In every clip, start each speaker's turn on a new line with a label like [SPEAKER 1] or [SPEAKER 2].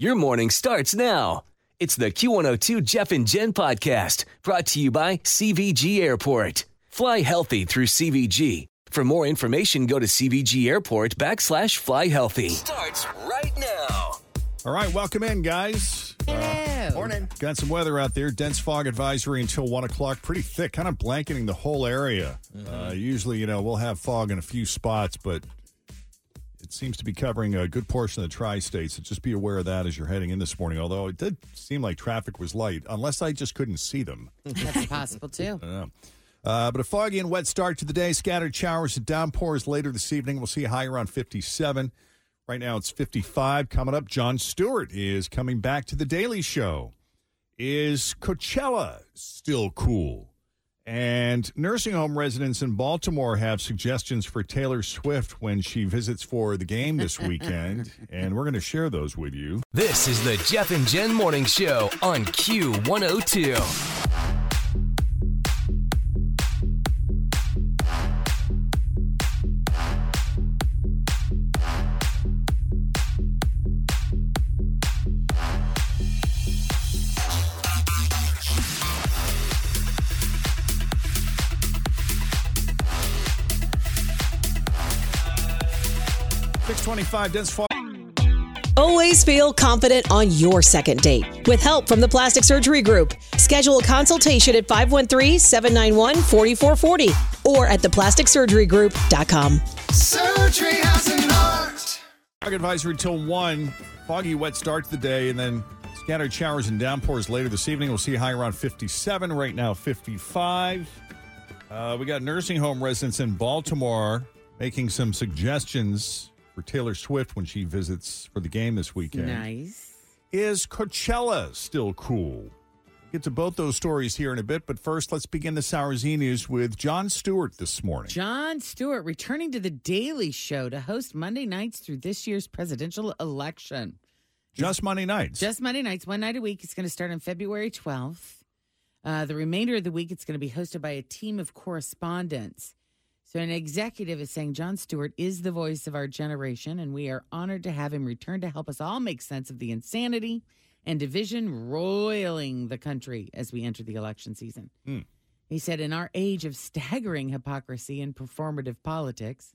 [SPEAKER 1] Your morning starts now. It's the Q102 Jeff and Jen podcast brought to you by CVG Airport. Fly healthy through CVG. For more information, go to CVG Airport backslash fly healthy. Starts right now.
[SPEAKER 2] All right, welcome in, guys. Uh, morning. Got some weather out there. Dense fog advisory until one o'clock. Pretty thick, kind of blanketing the whole area. Uh, usually, you know, we'll have fog in a few spots, but it seems to be covering a good portion of the tri-state. So just be aware of that as you're heading in this morning. Although it did seem like traffic was light, unless I just couldn't see them.
[SPEAKER 3] That's possible too.
[SPEAKER 2] Uh, but a foggy and wet start to the day. Scattered showers and downpours later this evening. We'll see a high around 57. Right now it's 55. Coming up, John Stewart is coming back to The Daily Show. Is Coachella still cool? And nursing home residents in Baltimore have suggestions for Taylor Swift when she visits for the game this weekend. and we're going to share those with you.
[SPEAKER 1] This is the Jeff and Jen morning show on Q102.
[SPEAKER 2] Six twenty-five. Dense fog.
[SPEAKER 4] Always feel confident on your second date with help from the Plastic Surgery Group. Schedule a consultation at 513 791 4440 or at theplasticsurgerygroup.com.
[SPEAKER 5] Surgery has an art.
[SPEAKER 2] Fog advisory till 1. Foggy, wet start to the day, and then scattered showers and downpours later this evening. We'll see a high around 57, right now 55. Uh, we got nursing home residents in Baltimore making some suggestions for Taylor Swift when she visits for the game this weekend.
[SPEAKER 3] Nice.
[SPEAKER 2] Is Coachella still cool? Get to both those stories here in a bit, but first, let's begin the Sour Z News with John Stewart this morning.
[SPEAKER 3] John Stewart returning to the Daily Show to host Monday nights through this year's presidential election.
[SPEAKER 2] Just Monday nights.
[SPEAKER 3] Just Monday nights, one night a week. It's going to start on February 12th. Uh, the remainder of the week, it's going to be hosted by a team of correspondents. So, an executive is saying John Stewart is the voice of our generation, and we are honored to have him return to help us all make sense of the insanity and division roiling the country as we enter the election season.
[SPEAKER 2] Hmm.
[SPEAKER 3] He said, In our age of staggering hypocrisy and performative politics,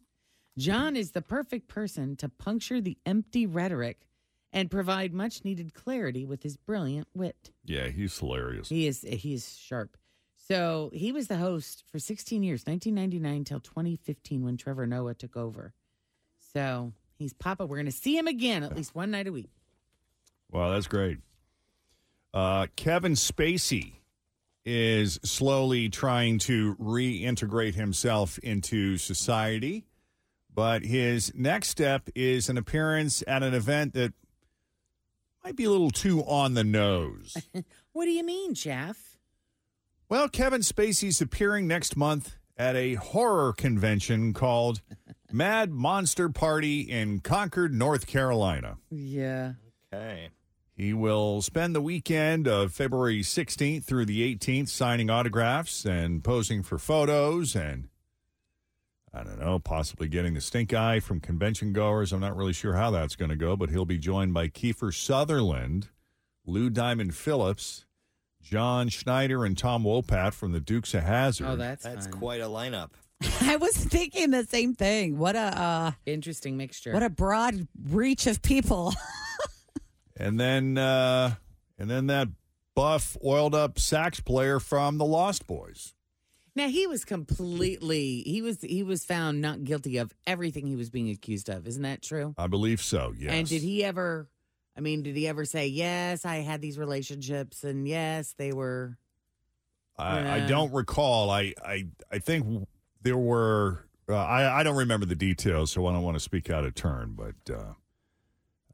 [SPEAKER 3] John is the perfect person to puncture the empty rhetoric and provide much needed clarity with his brilliant wit.
[SPEAKER 2] yeah, he's hilarious.
[SPEAKER 3] He is he is sharp. So he was the host for 16 years, 1999 till 2015, when Trevor Noah took over. So he's Papa. We're going to see him again at least one night a week.
[SPEAKER 2] Wow, that's great. Uh, Kevin Spacey is slowly trying to reintegrate himself into society, but his next step is an appearance at an event that might be a little too on the nose.
[SPEAKER 3] What do you mean, Jeff?
[SPEAKER 2] well, Kevin Spacey's appearing next month at a horror convention called Mad Monster Party in Concord, North Carolina.
[SPEAKER 3] Yeah.
[SPEAKER 2] He will spend the weekend of February 16th through the 18th signing autographs and posing for photos and I don't know, possibly getting the stink eye from convention goers. I'm not really sure how that's going to go, but he'll be joined by Kiefer Sutherland, Lou Diamond Phillips, John Schneider, and Tom Wopat from the Dukes of Hazard.
[SPEAKER 3] Oh, that's
[SPEAKER 6] That's
[SPEAKER 3] fun.
[SPEAKER 6] quite a lineup.
[SPEAKER 7] I was thinking the same thing. What a uh,
[SPEAKER 3] interesting mixture.
[SPEAKER 7] what a broad reach of people.
[SPEAKER 2] and then, uh, and then that buff, oiled up sax player from the Lost Boys.
[SPEAKER 3] Now he was completely he was he was found not guilty of everything he was being accused of. Isn't that true?
[SPEAKER 2] I believe so, yes.
[SPEAKER 3] And did he ever I mean, did he ever say, "Yes, I had these relationships and yes, they were
[SPEAKER 2] I, I
[SPEAKER 3] Yeah.
[SPEAKER 2] don't recall. I, I, I think there were. Uh, I, I don't remember the details, so I don't want to speak out of turn. But uh,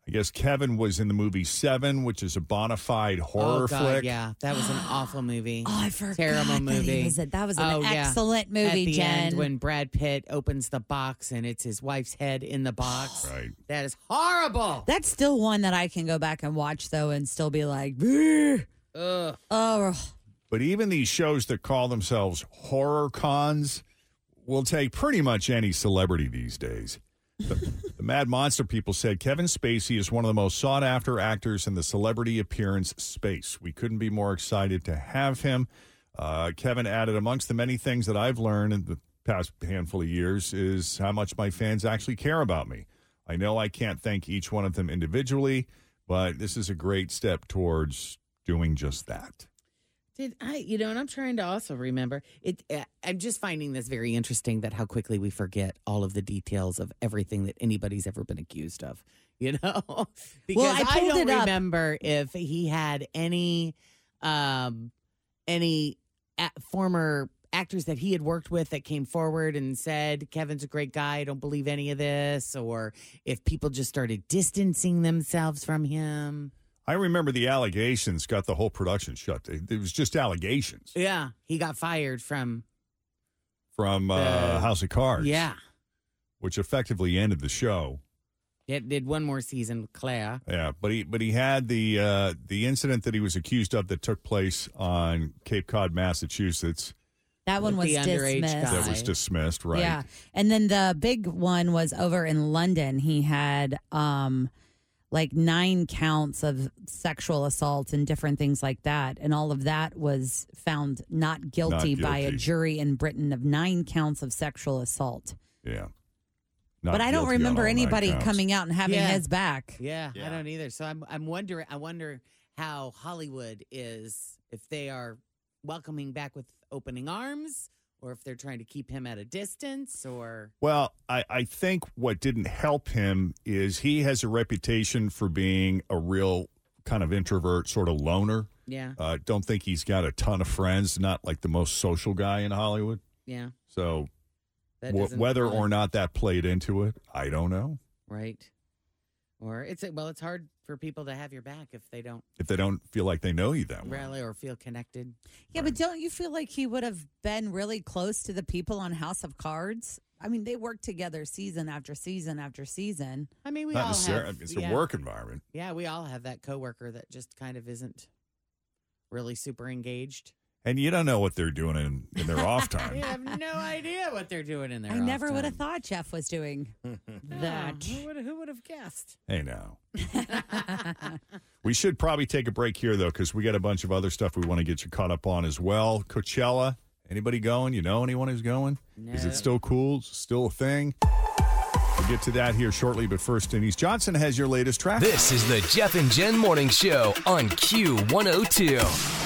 [SPEAKER 2] I guess Kevin was in the movie Seven, which is a bona fide horror
[SPEAKER 3] oh, God,
[SPEAKER 2] flick.
[SPEAKER 3] Yeah, that was an awful movie.
[SPEAKER 7] Oh, I forgot.
[SPEAKER 3] Terrible
[SPEAKER 7] that he
[SPEAKER 3] movie.
[SPEAKER 7] was in- that was an
[SPEAKER 3] Oh, yeah.
[SPEAKER 7] excellent
[SPEAKER 3] At
[SPEAKER 7] movie,
[SPEAKER 3] the
[SPEAKER 7] Jen.
[SPEAKER 3] end, when Brad Pitt opens the box and it's his wife's head in the box,
[SPEAKER 2] Right.
[SPEAKER 3] that is horrible.
[SPEAKER 7] That's still one that I can go back and watch though, and still be like, "Bleh."
[SPEAKER 3] Ugh.
[SPEAKER 7] oh,
[SPEAKER 2] But even these shows that call themselves horror cons will take pretty much any celebrity these days. The, the Mad Monster people said Kevin Spacey is one of the most sought after actors in the celebrity appearance space. We couldn't be more excited to have him. Uh, Kevin added, amongst the many things that I've learned in the past handful of years is how much my fans actually care about me. I know I can't thank each one of them individually, but this is a great step towards doing just that.
[SPEAKER 3] Did I? You know, and I'm trying to also remember it. Uh, I'm just finding this very interesting that how quickly we forget all of the details of everything that anybody's ever been accused of. You know, because
[SPEAKER 7] I pulled it
[SPEAKER 3] don't
[SPEAKER 7] up.
[SPEAKER 3] remember if he had any, um, any a- former actors that he had worked with that came forward and said Kevin's a great guy. I don't believe any of this, or if people just started distancing themselves from him.
[SPEAKER 2] I remember the allegations got the whole production shut. It, it was just allegations
[SPEAKER 3] Yeah, he got fired from.
[SPEAKER 2] from uh,
[SPEAKER 3] Uh,
[SPEAKER 2] House of Cards,
[SPEAKER 3] Yeah.
[SPEAKER 2] which effectively ended the show.
[SPEAKER 3] It did one more season, with Claire.
[SPEAKER 2] Yeah, but he but he had the uh, the incident that he was accused of that took place on Cape Cod, Massachusetts,
[SPEAKER 7] that one was
[SPEAKER 3] With the underage
[SPEAKER 7] dismissed.
[SPEAKER 2] that
[SPEAKER 3] guy.
[SPEAKER 2] was dismissed. Right?
[SPEAKER 7] Yeah. And then the big one was over in London. He had um like nine counts of sexual assault and different things like that. And all of that was found not guilty, by a
[SPEAKER 2] guilty.
[SPEAKER 7] jury in Britain of nine counts of sexual assault.
[SPEAKER 2] yeah. Not
[SPEAKER 7] but I don't
[SPEAKER 2] guilty on all
[SPEAKER 7] remember
[SPEAKER 2] nine
[SPEAKER 7] anybody
[SPEAKER 2] counts.
[SPEAKER 7] coming out and having
[SPEAKER 3] Yeah.
[SPEAKER 7] his back.
[SPEAKER 3] Yeah, I
[SPEAKER 5] Yeah.
[SPEAKER 3] don't either. So I'm I'm wondering. I wonder how Hollywood is if they are welcoming back with opening arms, or if they're trying to keep him at a distance, or
[SPEAKER 2] Well, I, I think what didn't help him is he has a reputation for being a real kind of introvert, sort of loner.
[SPEAKER 3] yeah,
[SPEAKER 2] Uh, don't think he's got a ton of friends. Not like the most social guy in Hollywood.
[SPEAKER 3] yeah.
[SPEAKER 2] So
[SPEAKER 3] That
[SPEAKER 2] wh-
[SPEAKER 3] doesn't
[SPEAKER 2] whether
[SPEAKER 3] really-
[SPEAKER 2] or not that played into it, I don't know.
[SPEAKER 3] right, or it's well, it's hard for people to have your back if they don't
[SPEAKER 2] If they don't feel like they know you that well,
[SPEAKER 3] rally or feel connected.
[SPEAKER 7] Yeah, but don't you feel like he would have been really close to the people on House of Cards? I mean, they worked together season after season after season.
[SPEAKER 3] I mean, we
[SPEAKER 2] not
[SPEAKER 3] all
[SPEAKER 2] necessarily.
[SPEAKER 3] have.
[SPEAKER 2] it's
[SPEAKER 3] yeah,
[SPEAKER 2] a work environment.
[SPEAKER 3] Yeah, we all have that coworker that just kind of isn't really super engaged.
[SPEAKER 2] And you don't know what they're doing in, in their off time.
[SPEAKER 3] You have no idea what they're doing in there.
[SPEAKER 7] I never would have thought Jeff was doing that.
[SPEAKER 3] who would have guessed?
[SPEAKER 2] Hey, now. we should probably take a break here, though, because we got a bunch of other stuff we want to get you caught up on as well. Coachella. Anybody going? You know anyone who's going? Is it still cool? Is it Still a thing? We'll get to that here shortly, but first, Denise Johnson has your latest traffic.
[SPEAKER 1] This is the Jeff and Jen Morning Show on Q102.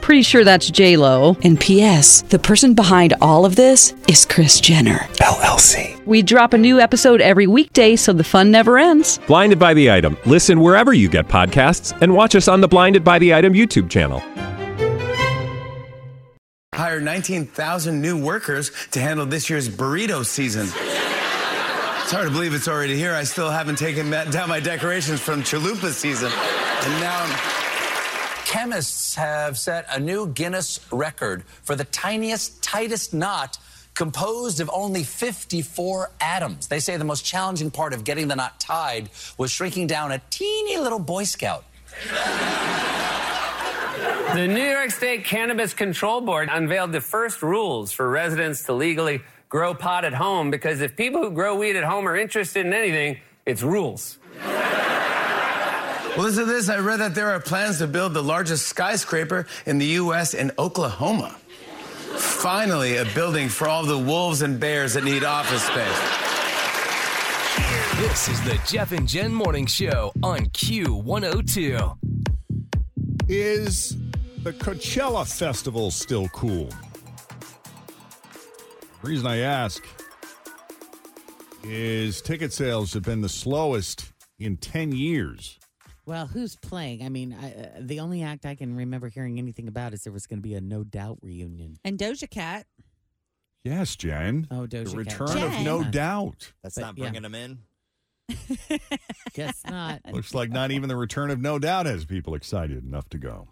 [SPEAKER 8] Pretty sure that's J Lo.
[SPEAKER 9] And P.S. The person behind all of this is Chris Jenner.
[SPEAKER 6] LLC.
[SPEAKER 8] We drop a new episode every weekday, so the fun never ends.
[SPEAKER 6] Blinded by the item. Listen wherever you get podcasts, and watch us on the Blinded by the Item YouTube channel.
[SPEAKER 5] Hire 19,000 new workers to handle this year's burrito season. It's hard to believe it's already here. I still haven't taken that- down my decorations from chalupa season. And now.
[SPEAKER 10] Chemists have set a new Guinness record for the tiniest, tightest knot composed of only 54 atoms. They say the most challenging part of getting the knot tied was shrinking down a teeny little Boy Scout.
[SPEAKER 11] The New York State Cannabis Control Board unveiled the first rules for residents to legally grow pot at home because if people who grow weed at home are interested in anything, it's rules.
[SPEAKER 5] Well, listen to this. I read that there are plans to build the largest skyscraper in the U.S. in Oklahoma. Finally, a building for all the wolves and bears that need office space.
[SPEAKER 1] This is the Jeff and Jen Morning Show on Q102.
[SPEAKER 2] Is the Coachella Festival still cool? The reason I ask is ticket sales have been the slowest in 10 years.
[SPEAKER 3] Well, who's playing? I mean, I, uh, the only act I can remember hearing anything about is there was going to be a No Doubt reunion.
[SPEAKER 7] And Doja Cat.
[SPEAKER 2] Yes, Jen.
[SPEAKER 3] Oh, Doja
[SPEAKER 2] The
[SPEAKER 3] Cat.
[SPEAKER 2] return of No
[SPEAKER 3] Jen.
[SPEAKER 2] Doubt.
[SPEAKER 3] That's But, not yeah. bringing
[SPEAKER 12] them in.
[SPEAKER 3] Guess not.
[SPEAKER 2] Looks like not even the return of No Doubt has people excited enough to go.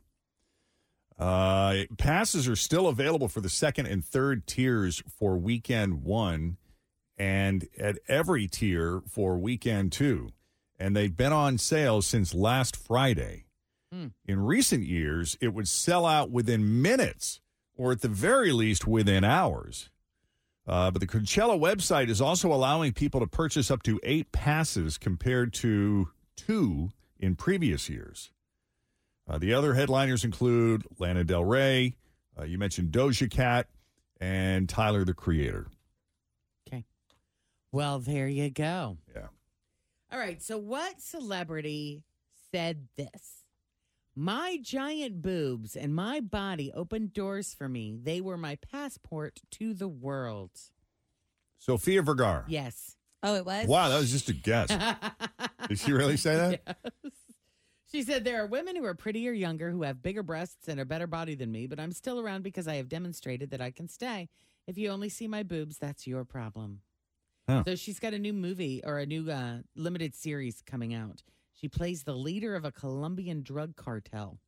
[SPEAKER 2] Uh, passes are still available for the second and third tiers for weekend one and at every tier for weekend two. And they've been on sale since last Friday. In recent years, it would sell out within minutes or at the very least within hours. Uh, but the Coachella website is also allowing people to purchase up to eight passes compared to two in previous years. Uh, the other headliners include Lana Del Rey, uh, you mentioned Doja Cat, and Tyler the Creator.
[SPEAKER 3] Well, there you go.
[SPEAKER 2] Yeah.
[SPEAKER 3] All right. So, what celebrity said this? My giant boobs and my body opened doors for me. They were my passport to the world.
[SPEAKER 2] Sophia Vergara.
[SPEAKER 3] Yes.
[SPEAKER 7] Oh, it was?
[SPEAKER 2] Wow, that was just a guess. Did she really say that?
[SPEAKER 3] She said, There are women who are prettier, younger, who have bigger breasts and a better body than me, but I'm still around because I have demonstrated that I can stay. If you only see my boobs, that's your problem.
[SPEAKER 2] Huh.
[SPEAKER 3] So she's got a new movie or a new uh, limited series coming out. She plays the leader of a Colombian drug cartel.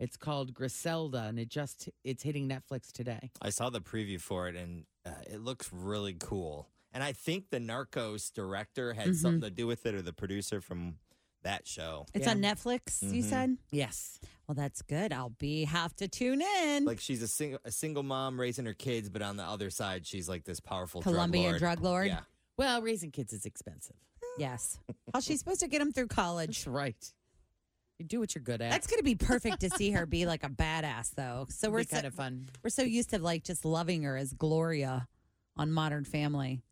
[SPEAKER 3] It's called Griselda, and it just it's hitting Netflix today.
[SPEAKER 12] I saw the preview for it, and uh, it looks really cool. And I think the Narcos director had
[SPEAKER 7] Mhm.
[SPEAKER 12] something to do with it, or the producer from that show.
[SPEAKER 7] It's on Netflix, you
[SPEAKER 2] Mm-hmm.
[SPEAKER 12] Mhm.
[SPEAKER 7] said?
[SPEAKER 3] Yes.
[SPEAKER 7] Well, that's good. I'll be have to tune in.
[SPEAKER 12] Like she's a, sing- a single mom raising her kids, but on the other side, she's like this powerful drug
[SPEAKER 7] Colombian
[SPEAKER 12] lord.
[SPEAKER 7] drug lord?
[SPEAKER 12] Yeah.
[SPEAKER 3] Well, raising kids is expensive.
[SPEAKER 7] Yes. How's she supposed to get him through college?
[SPEAKER 3] That's right. You do what you're good at.
[SPEAKER 7] That's going to be perfect to see her be like a badass, though. So we're
[SPEAKER 3] Be kind
[SPEAKER 7] so,
[SPEAKER 3] of fun.
[SPEAKER 7] We're so used to like just loving her as Gloria on Modern Family.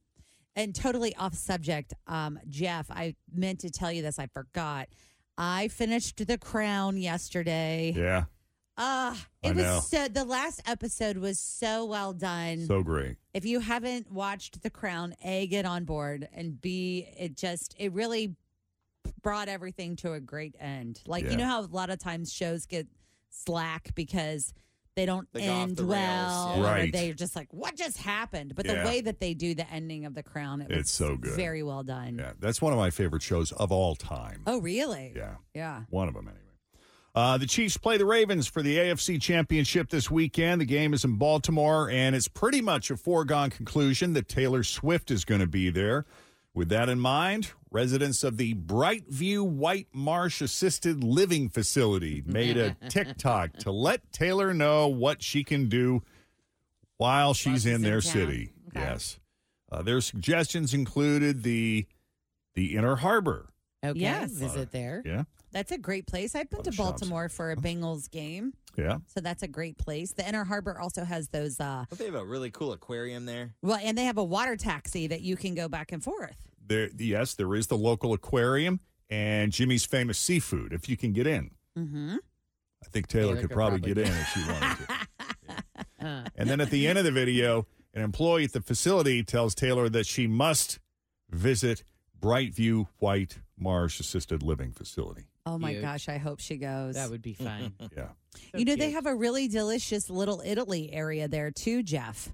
[SPEAKER 7] And totally off subject, um, Jeff, I meant to tell you this. I forgot. I finished The Crown yesterday.
[SPEAKER 2] Yeah,
[SPEAKER 7] Ah,
[SPEAKER 2] I
[SPEAKER 7] it
[SPEAKER 2] know.
[SPEAKER 7] was so. The last episode was so well done.
[SPEAKER 2] so great.
[SPEAKER 7] If you haven't watched The Crown, A, get on board, and B, it just, it really brought everything to a great end. Like,
[SPEAKER 12] Yeah.
[SPEAKER 7] you know how a lot of times shows get slack because they don't
[SPEAKER 12] They go off
[SPEAKER 7] end
[SPEAKER 12] the rails,
[SPEAKER 7] well.
[SPEAKER 12] yeah.
[SPEAKER 7] or
[SPEAKER 12] Right.
[SPEAKER 7] They're just like, what just happened? But
[SPEAKER 2] Yeah.
[SPEAKER 7] the way that they do the ending of The Crown, it was
[SPEAKER 2] It's so good.
[SPEAKER 7] Very well done.
[SPEAKER 2] Yeah, that's one of my favorite shows of all time.
[SPEAKER 7] Oh, really?
[SPEAKER 2] Yeah.
[SPEAKER 7] Yeah.
[SPEAKER 2] One of them, anyway. Uh, the Chiefs play the Ravens for the AFC Championship this weekend. The game is in Baltimore, and it's pretty much a foregone conclusion that Taylor Swift is going to be there. With that in mind, residents of the Brightview White Marsh Assisted Living Facility made a TikTok to let Taylor know what she can do while she's in their city. Yes. Uh, their suggestions included the the Inner Harbor. Uh,
[SPEAKER 3] Okay.
[SPEAKER 7] Yes.
[SPEAKER 3] Is it there?
[SPEAKER 2] Yeah.
[SPEAKER 7] That's a great place. I've been to Baltimore for a Bengals game.
[SPEAKER 2] Yeah.
[SPEAKER 7] So that's a great place. The Inner Harbor also has those uh
[SPEAKER 12] But they have a really cool aquarium there.
[SPEAKER 7] well and they have a water taxi that you can go back and forth.
[SPEAKER 2] There, yes, there is the local aquarium and Jimmy's famous seafood. If you can get in,
[SPEAKER 7] Mm-hmm.
[SPEAKER 2] I think Taylor, could, probably, get in if she wanted to. And then at the end of the video, an employee at the facility tells Taylor that she must visit Brightview White Marsh Assisted Living Facility.
[SPEAKER 7] Oh my
[SPEAKER 3] Cute.
[SPEAKER 7] gosh, I hope she goes.
[SPEAKER 3] That would be fun.
[SPEAKER 2] Yeah,
[SPEAKER 7] you know, they have a really delicious little Italy area there too, Jeff,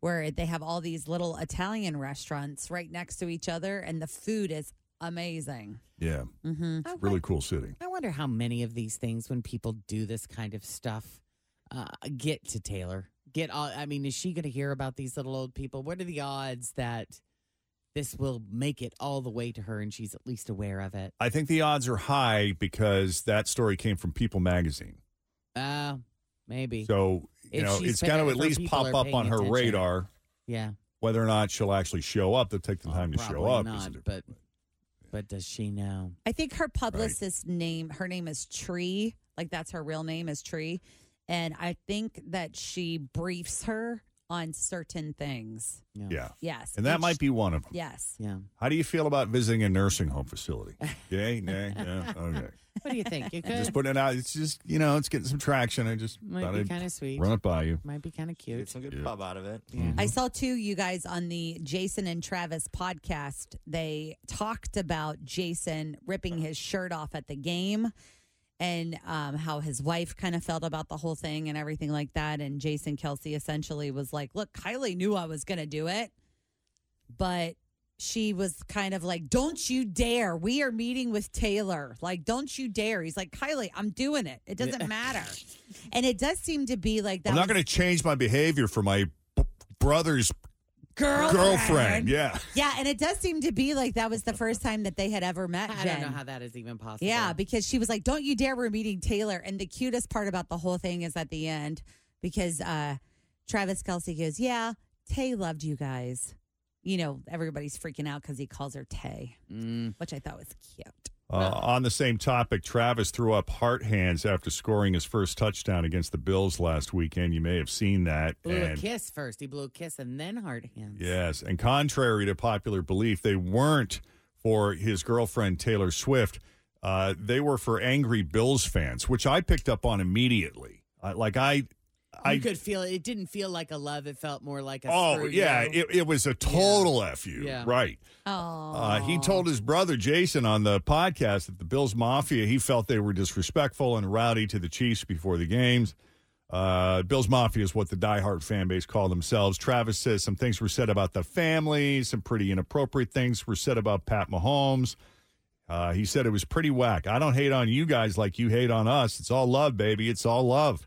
[SPEAKER 7] where they have all these little Italian restaurants right next to each other and the food is amazing.
[SPEAKER 2] yeah,
[SPEAKER 7] Mm-hmm.
[SPEAKER 3] I
[SPEAKER 2] really cool city.
[SPEAKER 3] I wonder how many of these things, when people do this kind of stuff, uh, get to Taylor. get all I mean, is she gonna hear about these little old people? What are the odds that this will make it all the way to her and she's at least aware of it?
[SPEAKER 2] I think the odds are high because that story came from People magazine.
[SPEAKER 3] Uh maybe.
[SPEAKER 2] So, you
[SPEAKER 3] If
[SPEAKER 2] know,
[SPEAKER 3] she's
[SPEAKER 2] it's got to
[SPEAKER 3] paying-
[SPEAKER 2] at
[SPEAKER 3] her
[SPEAKER 2] least
[SPEAKER 3] people
[SPEAKER 2] pop
[SPEAKER 3] are
[SPEAKER 2] up
[SPEAKER 3] paying
[SPEAKER 2] on her
[SPEAKER 3] attention.
[SPEAKER 2] radar
[SPEAKER 3] Yeah.
[SPEAKER 2] whether or not she'll actually show up. They'll take the time to show
[SPEAKER 3] Probably
[SPEAKER 2] up.
[SPEAKER 3] not, but but does she know?
[SPEAKER 7] I think her publicist name, her name is Tree. Like that's her real name is Tree. And I think that she briefs her on certain things.
[SPEAKER 2] Yeah.
[SPEAKER 7] Yes.
[SPEAKER 2] And that
[SPEAKER 7] And
[SPEAKER 2] might
[SPEAKER 7] sh-
[SPEAKER 2] be one of them.
[SPEAKER 7] Yes.
[SPEAKER 3] Yeah.
[SPEAKER 2] How do you feel about visiting a nursing home facility? Yay, nay, yeah, okay.
[SPEAKER 3] What do you think? You could
[SPEAKER 2] Just putting it out. It's just, you know, it's getting some traction. I just
[SPEAKER 3] Might
[SPEAKER 2] thought
[SPEAKER 3] be
[SPEAKER 2] I'd
[SPEAKER 3] kinda sweet.
[SPEAKER 2] Run it by you.
[SPEAKER 3] might be kind of cute.
[SPEAKER 12] Get some good pub out of it.
[SPEAKER 7] I saw two you guys on the Jason and Travis podcast. They talked about Jason ripping his shirt off at the game and um, how his wife kind of felt about the whole thing and everything like that. And Jason Kelsey essentially was like, Look, Kylie knew I was going to do it, but she was kind of like, Don't you dare. We are meeting with Taylor. Like, don't you dare. He's like, Kylie, I'm doing it. It doesn't matter. And it does seem to be like that.
[SPEAKER 2] I'm not
[SPEAKER 7] was-
[SPEAKER 2] going to change my behavior for my b- brother's
[SPEAKER 7] Girlfriend.
[SPEAKER 2] girlfriend. Yeah.
[SPEAKER 7] Yeah, and it does seem to be like that was the first time that they had ever met.
[SPEAKER 3] I
[SPEAKER 7] Jen.
[SPEAKER 3] don't know how that is even possible.
[SPEAKER 7] Yeah, because she was like, "Don't you dare!" We're meeting Taylor, and the cutest part about the whole thing is at the end because uh, Travis Kelsey goes, "Yeah, Tay loved you guys." You know, everybody's freaking out because he calls her Tay,
[SPEAKER 3] Mm.
[SPEAKER 7] which I thought was cute.
[SPEAKER 2] Uh, on the same topic, Travis threw up heart hands after scoring his first touchdown against the Bills last weekend. You may have seen that.
[SPEAKER 3] Blew a
[SPEAKER 2] And-
[SPEAKER 3] kiss first. He blew a kiss and then hard hands.
[SPEAKER 2] Yes, and contrary to popular belief, they weren't for his girlfriend Taylor Swift. Uh, they were for angry Bills fans, which I picked up on immediately. I, like I, I
[SPEAKER 3] you could feel it. It didn't feel like a love. It felt more like a
[SPEAKER 2] oh
[SPEAKER 3] screw
[SPEAKER 2] yeah,
[SPEAKER 3] you.
[SPEAKER 2] it, it was a total f you,
[SPEAKER 3] Yeah.
[SPEAKER 2] right?
[SPEAKER 7] Oh,
[SPEAKER 2] Uh, he told his brother Jason on the podcast that the Bills Mafia he felt they were disrespectful and rowdy to the Chiefs before the games. Uh, Bills Mafia is what the diehard fan base call themselves. Travis says some things were said about the family, some pretty inappropriate things were said about Pat Mahomes. Uh, he said it was pretty whack. I don't hate on you guys like you hate on us. It's all love, baby. It's all love.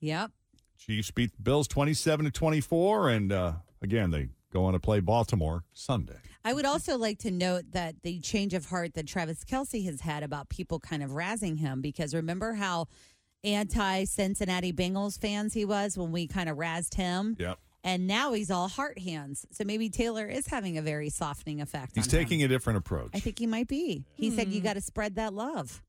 [SPEAKER 7] Yep.
[SPEAKER 2] Chiefs beat the Bills twenty-seven to twenty-four, and uh, again they go on to play Baltimore Sunday.
[SPEAKER 7] I would also like to note that the change of heart that Travis Kelsey has had about people kind of razzing him because remember how anti Cincinnati Bengals fans he was when we kind of razzed him?
[SPEAKER 2] Yep.
[SPEAKER 7] And now he's all heart hands. So maybe Taylor is having a very softening effect.
[SPEAKER 2] He's
[SPEAKER 7] on him.
[SPEAKER 2] taking a different approach.
[SPEAKER 7] I think he might be. He said, You got to spread that love.
[SPEAKER 3] Hmm.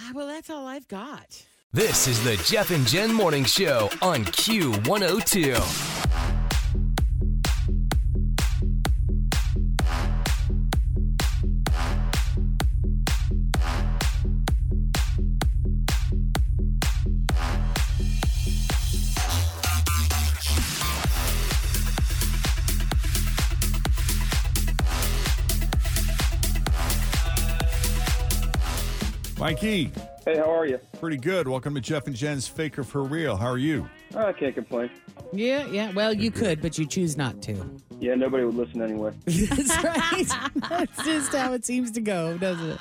[SPEAKER 3] Ah, well, that's all I've got.
[SPEAKER 1] This is the Jeff and Jen Morning Show on Q102.
[SPEAKER 2] Mikey.
[SPEAKER 13] Hey, how are you?
[SPEAKER 2] E. Pretty good. Welcome to Jeff and Jen's Faker for Real. How are you?
[SPEAKER 13] I can't complain.
[SPEAKER 3] Yeah, yeah. Well, you could, but you choose not to.
[SPEAKER 13] Yeah, nobody would listen anyway.
[SPEAKER 3] That's right. That's just how it seems to go, doesn't it?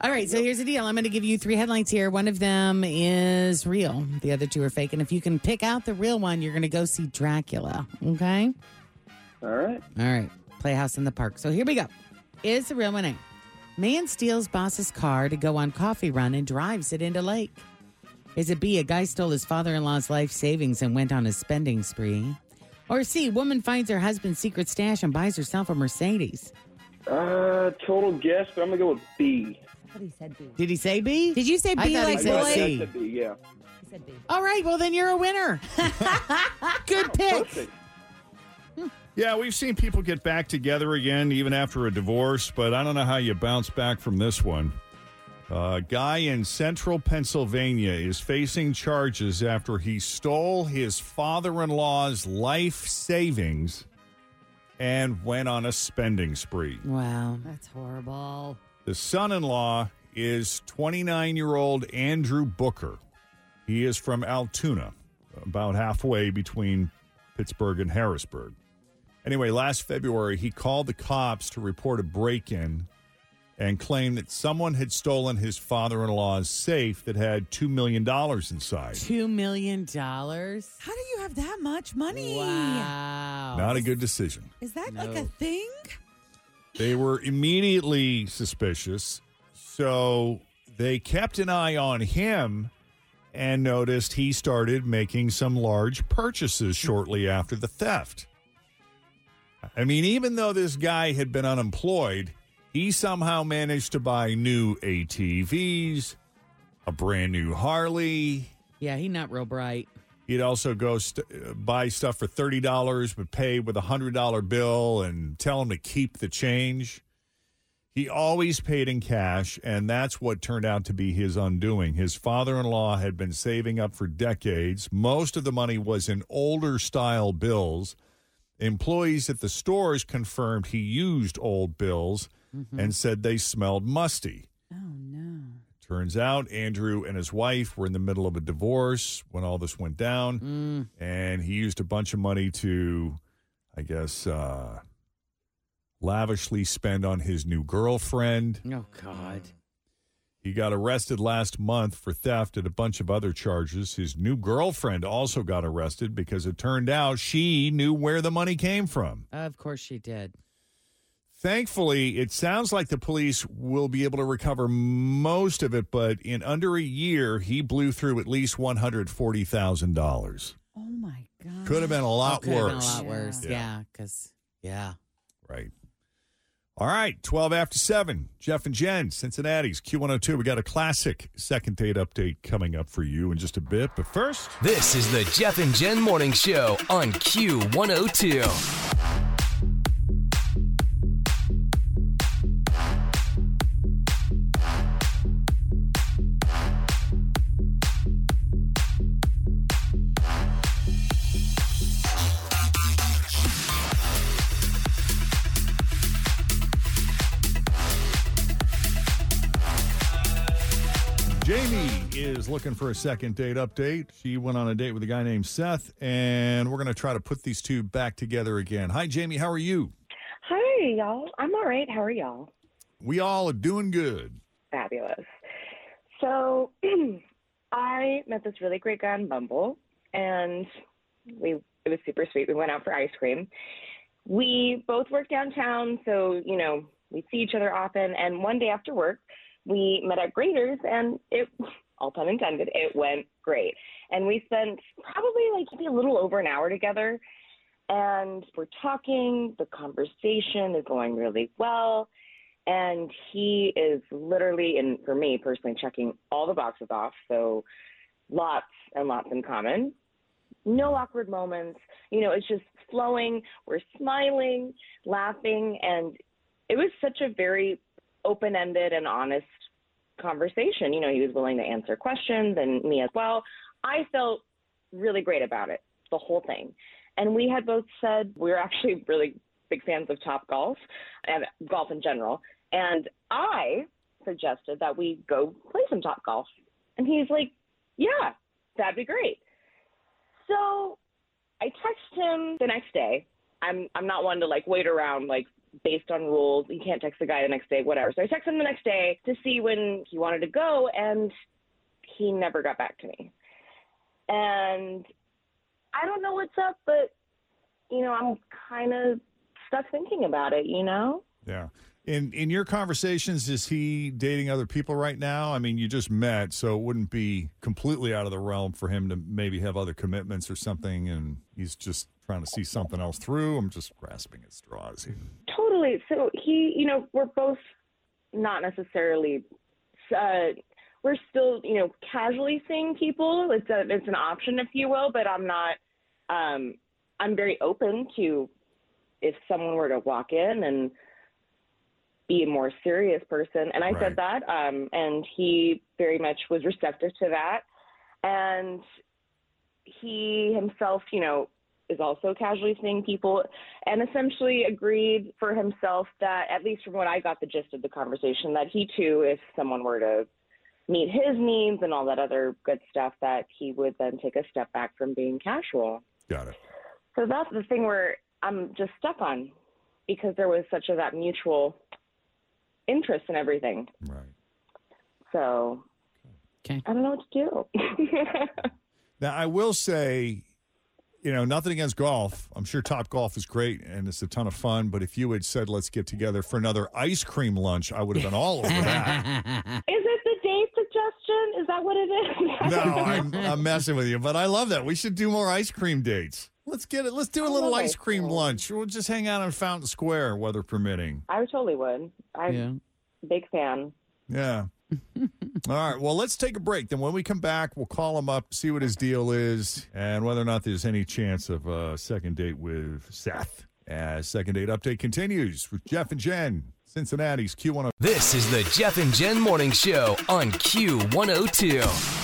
[SPEAKER 3] All right, so here's the deal. I'm going to give you three headlines here. One of them is real, the other two are fake. And if you can pick out the real one, you're going to go see Dracula. Okay?
[SPEAKER 13] All right.
[SPEAKER 3] All right. Playhouse in the Park. So here we go. Is the real one A? Man steals boss's car to go on coffee run and drives it into lake. Is it B? A guy stole his father in law's life savings and went on a spending spree. Or C? Woman finds her husband's secret stash and buys herself a Mercedes.
[SPEAKER 13] Uh, total guess, but I'm gonna go with B.
[SPEAKER 3] Did he say B?
[SPEAKER 7] Did you say
[SPEAKER 3] I
[SPEAKER 7] B
[SPEAKER 3] thought he
[SPEAKER 7] like
[SPEAKER 3] said
[SPEAKER 7] boy?
[SPEAKER 13] I said B, yeah.
[SPEAKER 3] All right, well then you're a winner. Good pick.
[SPEAKER 2] Yeah, we've seen people get back together again, even after a divorce, but I don't know how you bounce back from this one. A guy in central Pennsylvania is facing charges after he stole his father in law's life savings and went on a spending spree.
[SPEAKER 3] Wow.
[SPEAKER 7] Oh, That's horrible.
[SPEAKER 2] The son in law is 29 year old Andrew Booker. He is from Altoona, about halfway between Pittsburgh and Harrisburg. Anyway, last February, he called the cops to report a break in and claimed that someone had stolen his father in law's safe that had $2 million inside.
[SPEAKER 3] Two million dollars.
[SPEAKER 7] How do you have that much money?
[SPEAKER 3] Wow.
[SPEAKER 2] Not a good decision.
[SPEAKER 7] Is that like
[SPEAKER 3] No.
[SPEAKER 7] a thing?
[SPEAKER 2] They were immediately suspicious. So they kept an eye on him and noticed he started making some large purchases shortly after the theft. I mean, even though this guy had been unemployed, he somehow managed to buy new ATVs, a brand new Harley.
[SPEAKER 3] Yeah, he not real bright.
[SPEAKER 2] He'd also go st- uh, buy stuff for thirty dollars, but pay with a hundred dollar bill and tell him to keep the change. He always paid in cash, and that's what turned out to be his undoing. His father in law had been saving up for decades. Most of the money was in older style bills. Employees at the stores confirmed he used old bills
[SPEAKER 3] Mm-hmm.
[SPEAKER 2] and said they smelled musty.
[SPEAKER 3] Oh,
[SPEAKER 2] Turns out Andrew and his wife were in the middle of a divorce when all this went down,
[SPEAKER 3] Mm.
[SPEAKER 2] and he used a bunch of money to, I guess, uh, lavishly spend on his new girlfriend.
[SPEAKER 3] Oh God.
[SPEAKER 2] He got arrested last month for theft and a bunch of other charges. His new girlfriend also got arrested because it turned out she knew where the money came from.
[SPEAKER 3] Of course she did.
[SPEAKER 2] Thankfully, it sounds like the police will be able to recover most of it, but in under a year, he blew through at least one hundred forty thousand dollars.
[SPEAKER 7] Oh my god.
[SPEAKER 2] Could have been a lot
[SPEAKER 3] Could have been
[SPEAKER 2] worse.
[SPEAKER 3] a lot worse. Yeah, because yeah.
[SPEAKER 2] Right. All right, twelve after seven. Jeff and Jen, Cincinnati's Q one hundred two. We got a classic second date update coming up for you in just a bit, but first.
[SPEAKER 1] This is the Jeff and Jen Morning Show on Q102.
[SPEAKER 2] Jamie is looking for a second date update. She went on a date with a guy named Seth, and we're going to try to put these two back together again. Hi, Jamie. How are you?
[SPEAKER 14] Hi, y'all. I'm all right. How are y'all?
[SPEAKER 2] We all are doing good.
[SPEAKER 14] Fabulous. So, I met this really great guy on Bumble, and we it was super sweet. We went out for ice cream. We both work downtown, so you know we see each other often. And one day after work, we met at Graders, and it all pun intended, it went great. And we spent probably like maybe a little over an hour together. and we're talking. The conversation is going really well. And he is literally, and for me personally, checking all the boxes off. So lots and lots in common. No awkward moments. You know, it's just flowing. We're smiling, laughing. And it was such a very open ended and honest conversation. You know, he was willing to answer questions and me as well. I felt really great about it, the whole thing. And we had both said we were actually really big fans of Top Golf and golf in general. And I suggested that we go play some Top Golf. And he's like, yeah, that'd be great. So I text him the next day. I'm I'm not one to like wait around like based on rules. You can't text the guy the next day, whatever. So I text him the next day to see when he wanted to go and he never got back to me. And I don't know what's up, but you know, I'm kind of stuck thinking about it, you know?
[SPEAKER 2] Yeah. In in your conversations, is he dating other people right now? I mean, you just met, so it wouldn't be completely out of the realm for him to maybe have other commitments or something, and he's just trying to see something else through. I'm just grasping at straws here.
[SPEAKER 14] Totally. So he, you know, we're both not necessarily. Uh, we're still, you know, casually seeing people. It's a, it's an option, if you will. But I'm not. Um, I'm very open to if someone were to walk in and be a more serious person. And I said that, um, and he very much was receptive to that. And he himself, you know, is also casually seeing people and essentially agreed for himself that, at least from what I got the gist of the conversation, that he too, if someone were to meet his needs and all that other good stuff, that he would then take a step back from being casual.
[SPEAKER 2] Got it.
[SPEAKER 14] So that's the thing where I'm just stuck on because there was such of that mutual interests and everything.
[SPEAKER 2] Right.
[SPEAKER 14] So I don't know what to do.
[SPEAKER 2] Now, I will say, you know, nothing against golf. I'm sure Top Golf is great and it's a ton of fun. But if you had said, let's get together for another ice cream lunch, I would have been all over that.
[SPEAKER 14] Is it the date suggestion? Is that what it is?
[SPEAKER 2] no, I'm, I'm messing with you. But I love that. We should do more ice cream dates. Let's get it. Let's do a little ice cream lunch. We'll just hang out on Fountain Square, weather permitting.
[SPEAKER 14] I totally would. I'm big fan.
[SPEAKER 2] Yeah. All right. Well, let's take a break. Then when we come back, we'll call him up, see what his deal is, and whether or not there's any chance of a second date with Seth. As second date update continues with Jeff and Jen, Cincinnati's oh. Q1.
[SPEAKER 1] This is the Jeff and Jen Morning Show on Q102.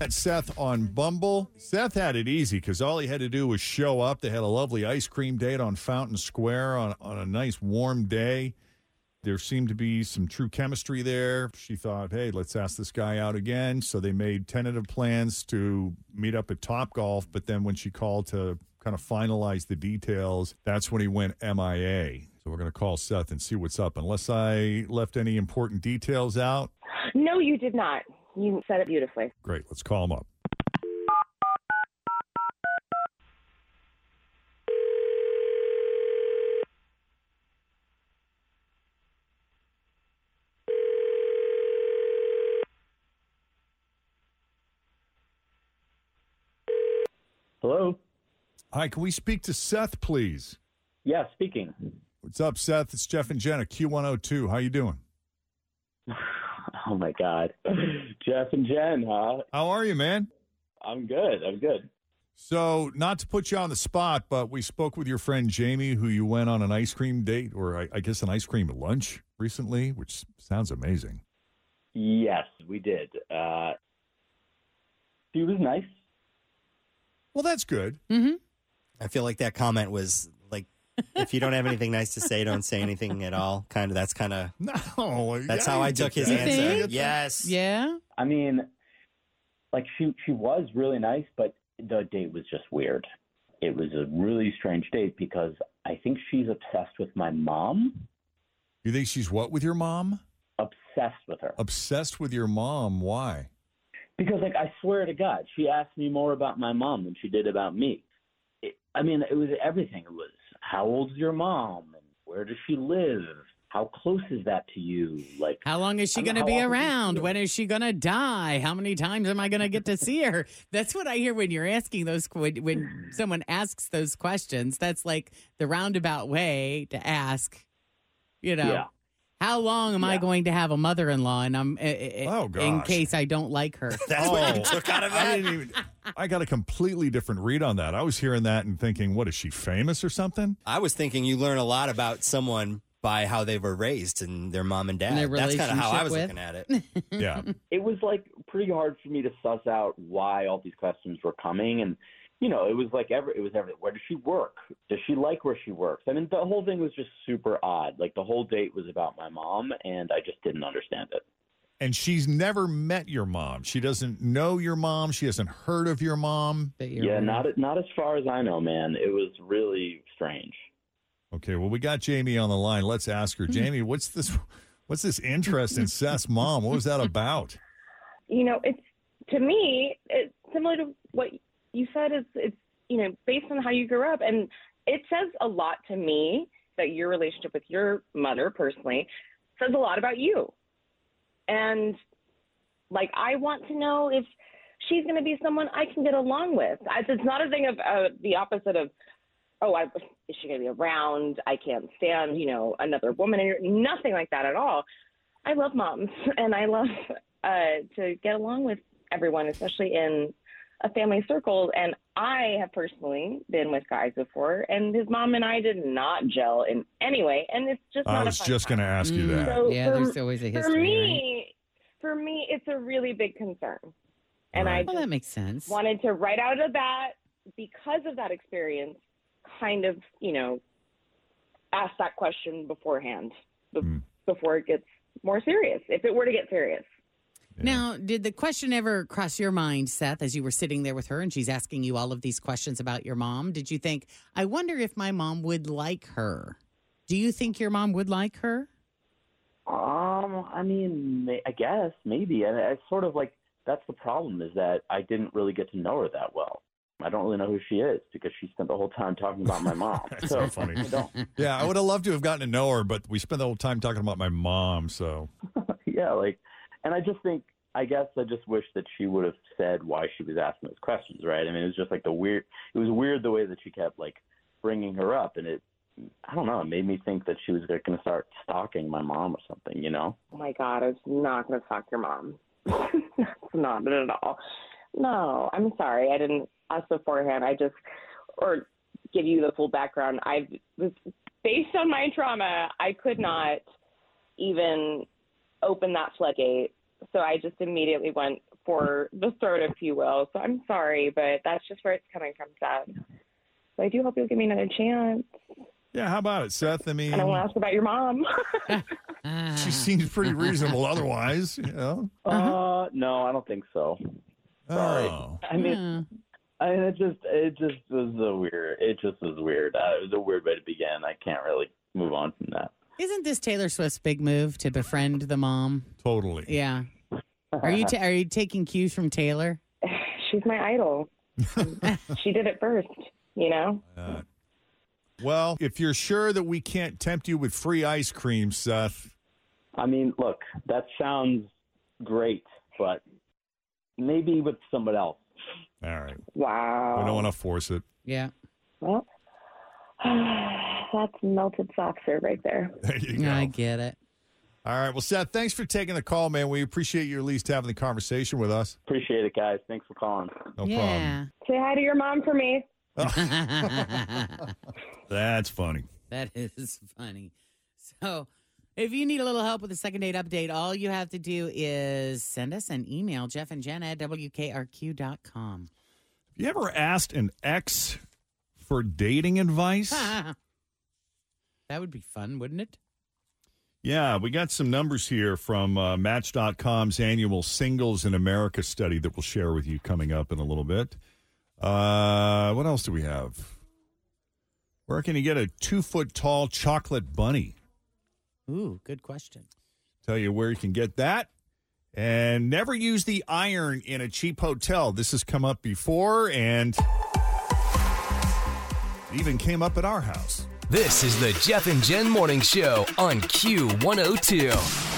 [SPEAKER 2] At Seth on Bumble. Seth had it easy because all he had to do was show up. They had a lovely ice cream date on Fountain Square on, on a nice warm day. There seemed to be some true chemistry there. She thought, hey, let's ask this guy out again. So they made tentative plans to meet up at Top Golf. But then when she called to kind of finalize the details, that's when he went MIA. So we're going to call Seth and see what's up. Unless I left any important details out,
[SPEAKER 14] No, you did not. You said it beautifully.
[SPEAKER 2] Great. Let's call him up.
[SPEAKER 15] Hello.
[SPEAKER 2] Hi, can we speak to Seth, please?
[SPEAKER 15] Yeah, speaking.
[SPEAKER 2] What's up, Seth? It's Jeff and Jenna, Q102. How you doing?
[SPEAKER 15] Oh my God, Jeff and Jen, huh?
[SPEAKER 2] How are you, man?
[SPEAKER 15] I'm good. I'm good.
[SPEAKER 2] So, not to put you on the spot, but we spoke with your friend Jamie, who you went on an ice cream date, or I, I guess an ice cream lunch recently, which sounds amazing.
[SPEAKER 15] Yes, we did. Uh, she was nice.
[SPEAKER 2] Well, that's good.
[SPEAKER 12] Mm-hmm. I feel like that comment was like, if you don't have anything nice to say, don't say anything at all. Kind of. That's kind of.
[SPEAKER 2] No,
[SPEAKER 12] That's how I took his
[SPEAKER 15] You
[SPEAKER 12] answer.
[SPEAKER 15] think?
[SPEAKER 12] Yes.
[SPEAKER 3] Yeah.
[SPEAKER 15] I mean, like she she was really nice, but the date was just weird. It was a really strange date because I think she's obsessed with my mom.
[SPEAKER 2] You think she's what with your mom?
[SPEAKER 15] Obsessed with her.
[SPEAKER 2] Obsessed with your mom. Why?
[SPEAKER 15] Because, like, I swear to God, she asked me more about my mom than she did about me. It, I mean, it was everything. It was how old's your mom, and where does she live? How close is that to you? Like,
[SPEAKER 3] How long is she
[SPEAKER 15] I'm
[SPEAKER 3] going to
[SPEAKER 15] how
[SPEAKER 3] be
[SPEAKER 15] often-
[SPEAKER 3] around? When is she going to die? How many times am I going to get to see her? That's what I hear when you're asking those when, when someone asks those questions. That's like the roundabout way to ask, you know.
[SPEAKER 15] Yeah.
[SPEAKER 3] How long am I going to have a mother-in-law and I'm oh, in
[SPEAKER 2] gosh.
[SPEAKER 3] case I don't like her?
[SPEAKER 2] Oh, I didn't even. I got a completely different read on that. I was hearing that and thinking, what is she famous or something?
[SPEAKER 12] I was thinking you learn a lot about someone by how they were raised and their mom and dad.
[SPEAKER 15] And their
[SPEAKER 12] That's kind of how I
[SPEAKER 15] relationship
[SPEAKER 12] was
[SPEAKER 15] with-
[SPEAKER 12] looking at it.
[SPEAKER 2] Yeah.
[SPEAKER 15] it was like pretty hard for me to suss out why all these questions were coming and you know it was like every it was everything where does she work does she like where she works i mean the whole thing was just super odd like the whole date was about my mom and i just didn't understand it
[SPEAKER 2] And she's never met your mom. She doesn't know your mom. She hasn't heard of your mom.
[SPEAKER 15] yeah not not as far as i know man it was really strange
[SPEAKER 2] Okay, well, we got Jamie on the line. Let's ask her. Jamie, what's this? What's this interest in Seth's mom? What was that about?
[SPEAKER 14] you know, it's to me, it's similar to what you said. Is it's you know based on how you grew up, and it says a lot to me that your relationship with your mother personally says a lot about you. And like, I want to know if she's going to be someone I can get along with. I- It's not a thing of uh, the opposite of. Oh, I, is she going to be around? I can't stand, you know, another woman. in your-" Nothing like that at all. I love moms and I love uh, to get along with everyone, especially in a family circle. And I have personally been with guys before, and his mom and I did not gel in any way. And it's just
[SPEAKER 2] I
[SPEAKER 14] not
[SPEAKER 2] was
[SPEAKER 14] a fun
[SPEAKER 2] just going to ask you that.
[SPEAKER 14] Mm. So
[SPEAKER 3] Yeah,
[SPEAKER 14] for-
[SPEAKER 3] there's always a
[SPEAKER 14] For
[SPEAKER 3] history,
[SPEAKER 14] me, for me, it's a really big concern. And I
[SPEAKER 3] well, that makes sense.
[SPEAKER 14] wanted to right out of that because of that experience kind of you know ask that question beforehand be-
[SPEAKER 2] Mm.
[SPEAKER 14] before it gets more serious if it were to get serious
[SPEAKER 3] Now, did the question ever cross your mind, Seth, as you were sitting there with her and she's asking you all of these questions about your mom? Did you think, I wonder if my mom would like her? Do you think your mom would like her?
[SPEAKER 15] Um, I mean, may- I guess maybe, and it's sort of like that's the problem is that I didn't really get to know her that well. I don't really know who she is because she spent the whole time talking about my mom.
[SPEAKER 2] That's so funny.
[SPEAKER 15] I don't,
[SPEAKER 2] yeah, I would have loved to have gotten to know her, but we spent the whole time talking about my mom. So
[SPEAKER 15] yeah, like, and I just think, I guess I just wish that she would have said why she was asking those questions, right? I mean, it was just like the weird, it was weird the way that she kept like bringing her up, and it, I don't know, it made me think that she was like, going to start stalking my mom or something, you know?
[SPEAKER 14] oh my god i was not going to talk your mom not at all no i'm sorry i didn't ask beforehand i just or give you the full background i was based on my trauma i could not even open that floodgate so i just immediately went for the throat if you will so i'm sorry but that's just where it's coming from seth so i do hope you'll give me another chance
[SPEAKER 2] yeah, how about it, Seth? I mean,
[SPEAKER 14] and i want to ask about your mom
[SPEAKER 2] she seems pretty reasonable otherwise. You know,
[SPEAKER 14] Uh-huh.
[SPEAKER 2] Uh-huh.
[SPEAKER 15] Uh, no, I don't think so. Sorry.
[SPEAKER 2] Oh.
[SPEAKER 15] I mean,
[SPEAKER 3] Hmm.
[SPEAKER 15] I mean, it just it just was a weird. It just was weird. Uh, it was a weird way to begin. I can't really move on from that.
[SPEAKER 3] Isn't this Taylor Swift's big move to befriend the mom?
[SPEAKER 2] Totally.
[SPEAKER 3] Yeah. Are you ta- are you taking cues from Taylor?
[SPEAKER 14] She's my idol. she did it first, you know?
[SPEAKER 2] well, if you're sure that we can't tempt you with free ice cream, Seth.
[SPEAKER 15] I mean, look, that sounds great, but maybe with someone else.
[SPEAKER 2] All right.
[SPEAKER 14] Wow.
[SPEAKER 2] We don't want to force it.
[SPEAKER 3] Yeah.
[SPEAKER 14] Well, that's melted soft serve right there.
[SPEAKER 2] There you go.
[SPEAKER 3] I get it.
[SPEAKER 2] All right. Well, Seth, thanks for taking the call, man. We appreciate you at least having the conversation with us.
[SPEAKER 15] Appreciate it, guys. Thanks for calling.
[SPEAKER 2] No
[SPEAKER 14] Say hi to your mom for me.
[SPEAKER 2] problem. That's funny.
[SPEAKER 3] That is funny. So, if you need a little help with a second date update, all you have to do is send us an email, Jeff and Jen at WKRQ.com.
[SPEAKER 2] You ever asked an ex for dating advice?
[SPEAKER 3] that would be fun, wouldn't it?
[SPEAKER 2] Yeah, we got some numbers here from uh, Match.com's annual Singles in America study that we'll share with you coming up in a little bit. Uh, what else do we have? Where can you get a two foot tall chocolate bunny?
[SPEAKER 3] Ooh, good question.
[SPEAKER 2] Tell you where you can get that. And never use the iron in a cheap hotel. This has come up before and it even came up at our house.
[SPEAKER 1] This is the Jeff and Jen Morning Show on Q102.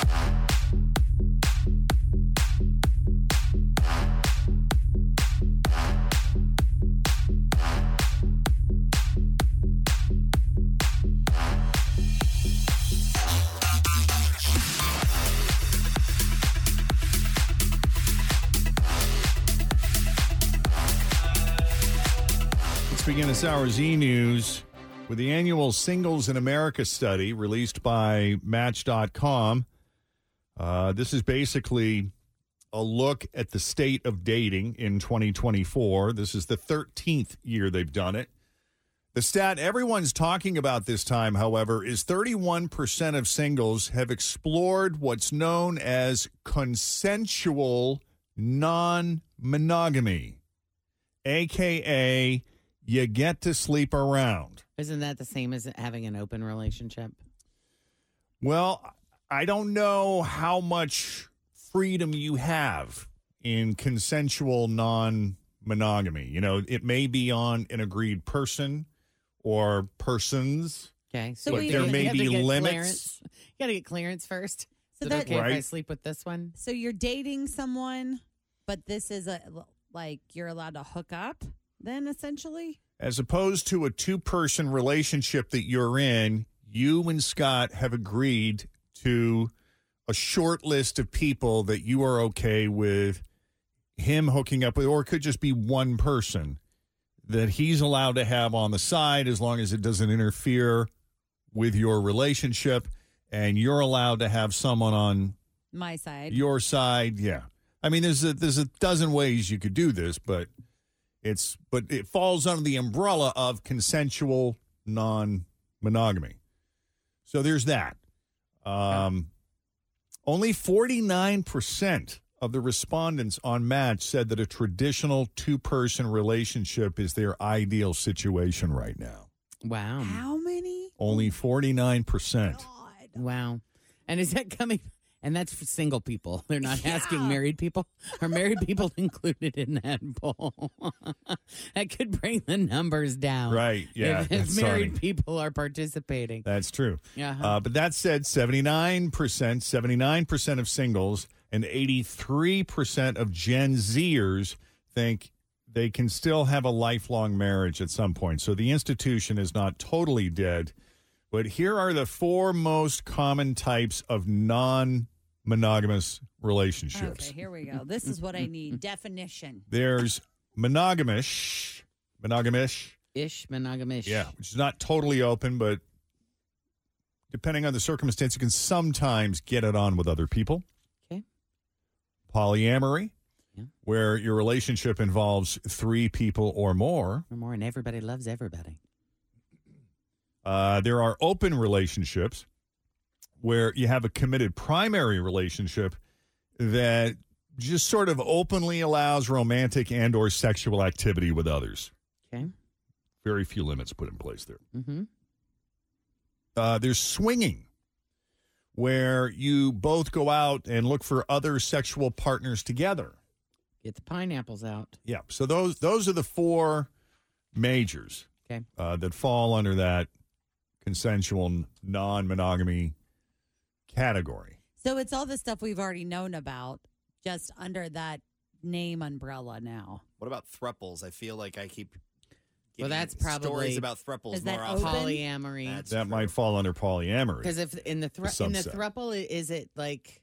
[SPEAKER 2] Let's begin this hour's e news with the annual Singles in America study released by Match.com. Uh, this is basically a look at the state of dating in 2024. This is the 13th year they've done it. The stat everyone's talking about this time, however, is 31% of singles have explored what's known as consensual non monogamy, aka you get to sleep around.
[SPEAKER 3] Isn't that the same as having an open relationship?
[SPEAKER 2] Well, I don't know how much freedom you have in consensual non monogamy. You know, it may be on an agreed person or persons.
[SPEAKER 3] Okay.
[SPEAKER 2] So But we- there may
[SPEAKER 3] you have to
[SPEAKER 2] be
[SPEAKER 3] get
[SPEAKER 2] limits.
[SPEAKER 3] clearance. You got to get clearance first. So
[SPEAKER 7] So
[SPEAKER 3] is
[SPEAKER 7] that-
[SPEAKER 3] it okay if I
[SPEAKER 2] Right.
[SPEAKER 3] sleep with this one?
[SPEAKER 7] So you're dating someone, but this is a like you're allowed to hook up then essentially?
[SPEAKER 2] As opposed to a two person relationship that you're in, you and Scott have agreed to a short list of people that you are okay with him hooking up with, or it could just be one person that he's allowed to have on the side as long as it doesn't interfere with your relationship and you're allowed to have someone on
[SPEAKER 7] My side.
[SPEAKER 2] your side. Yeah. I mean, there's a, there's a dozen ways you could do this, but it's but it falls under the umbrella of consensual non-monogamy. So there's that. Um, Only 49% of the respondents on Match said that a traditional two-person relationship is their ideal situation right now.
[SPEAKER 3] Wow.
[SPEAKER 7] How many?
[SPEAKER 2] Only 49%.
[SPEAKER 3] Wow. And is that coming? And that's for single people. They're not asking married people. Are married people included in that poll? that could bring the numbers down.
[SPEAKER 2] Right, yeah,
[SPEAKER 3] If,
[SPEAKER 2] that's
[SPEAKER 3] if married
[SPEAKER 2] starting.
[SPEAKER 3] people are participating.
[SPEAKER 2] That's true.
[SPEAKER 3] Yeah.
[SPEAKER 2] Uh, but that said, 79%, 79% of singles and 83% of Gen Zers think they can still have a lifelong marriage at some point. So the institution is not totally dead. But here are the four most common types of non monogamous relationships.
[SPEAKER 7] Okay, here we go. This is what I need. Definition.
[SPEAKER 2] There's monogamish, monogamish,
[SPEAKER 3] Ish monogamish.
[SPEAKER 2] yeah, which is not totally open, but depending on the circumstance, you can sometimes get it on with other people.
[SPEAKER 3] Okay.
[SPEAKER 2] Polyamory, where your relationship involves three people or more.
[SPEAKER 3] Or more, and everybody loves everybody.
[SPEAKER 2] Uh, there are open relationships where you have a committed primary relationship that just sort of openly allows romantic and or sexual activity with others.
[SPEAKER 3] Okay.
[SPEAKER 2] Very few limits put in place there.
[SPEAKER 3] Mm-hmm.
[SPEAKER 2] Uh, there's swinging, where you both go out and look for other sexual partners together.
[SPEAKER 3] Get the pineapples out.
[SPEAKER 2] Yeah. So those those are the four majors
[SPEAKER 3] Okay.
[SPEAKER 2] uh, that fall under that consensual non monogamy category.
[SPEAKER 7] So it's all the stuff we've already known about, just under that name umbrella now.
[SPEAKER 12] What about thruples? I feel like I keep.
[SPEAKER 3] Well,
[SPEAKER 12] getting
[SPEAKER 3] that's probably
[SPEAKER 12] stories about thruples
[SPEAKER 3] Is
[SPEAKER 12] more
[SPEAKER 3] that
[SPEAKER 12] often.
[SPEAKER 3] polyamory?
[SPEAKER 12] That's
[SPEAKER 2] that might fall under polyamory.
[SPEAKER 3] Because if in the thru-
[SPEAKER 2] The
[SPEAKER 3] in the
[SPEAKER 2] subset.
[SPEAKER 3] thruple, i- is it like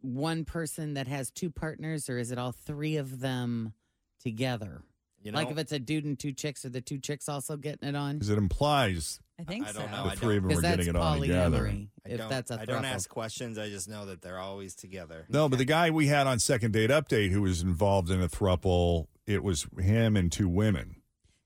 [SPEAKER 3] one person that has two partners, or is it all three of them together?
[SPEAKER 12] You
[SPEAKER 3] like
[SPEAKER 12] know-
[SPEAKER 3] if it's a dude and two chicks, are the two chicks also getting it on?
[SPEAKER 2] Because it implies
[SPEAKER 7] I think
[SPEAKER 12] I don't
[SPEAKER 7] so.
[SPEAKER 12] know.
[SPEAKER 2] the
[SPEAKER 12] I
[SPEAKER 2] three of them
[SPEAKER 3] Because
[SPEAKER 2] are
[SPEAKER 3] that's
[SPEAKER 2] getting it on together.
[SPEAKER 3] polyamory.
[SPEAKER 12] I
[SPEAKER 3] If
[SPEAKER 12] don't-
[SPEAKER 3] that's a
[SPEAKER 12] I don't
[SPEAKER 3] thruple.
[SPEAKER 12] ask questions. I just know that they're always together.
[SPEAKER 2] No, but the guy we had on second date update who was involved in a thruple, it was him and two women.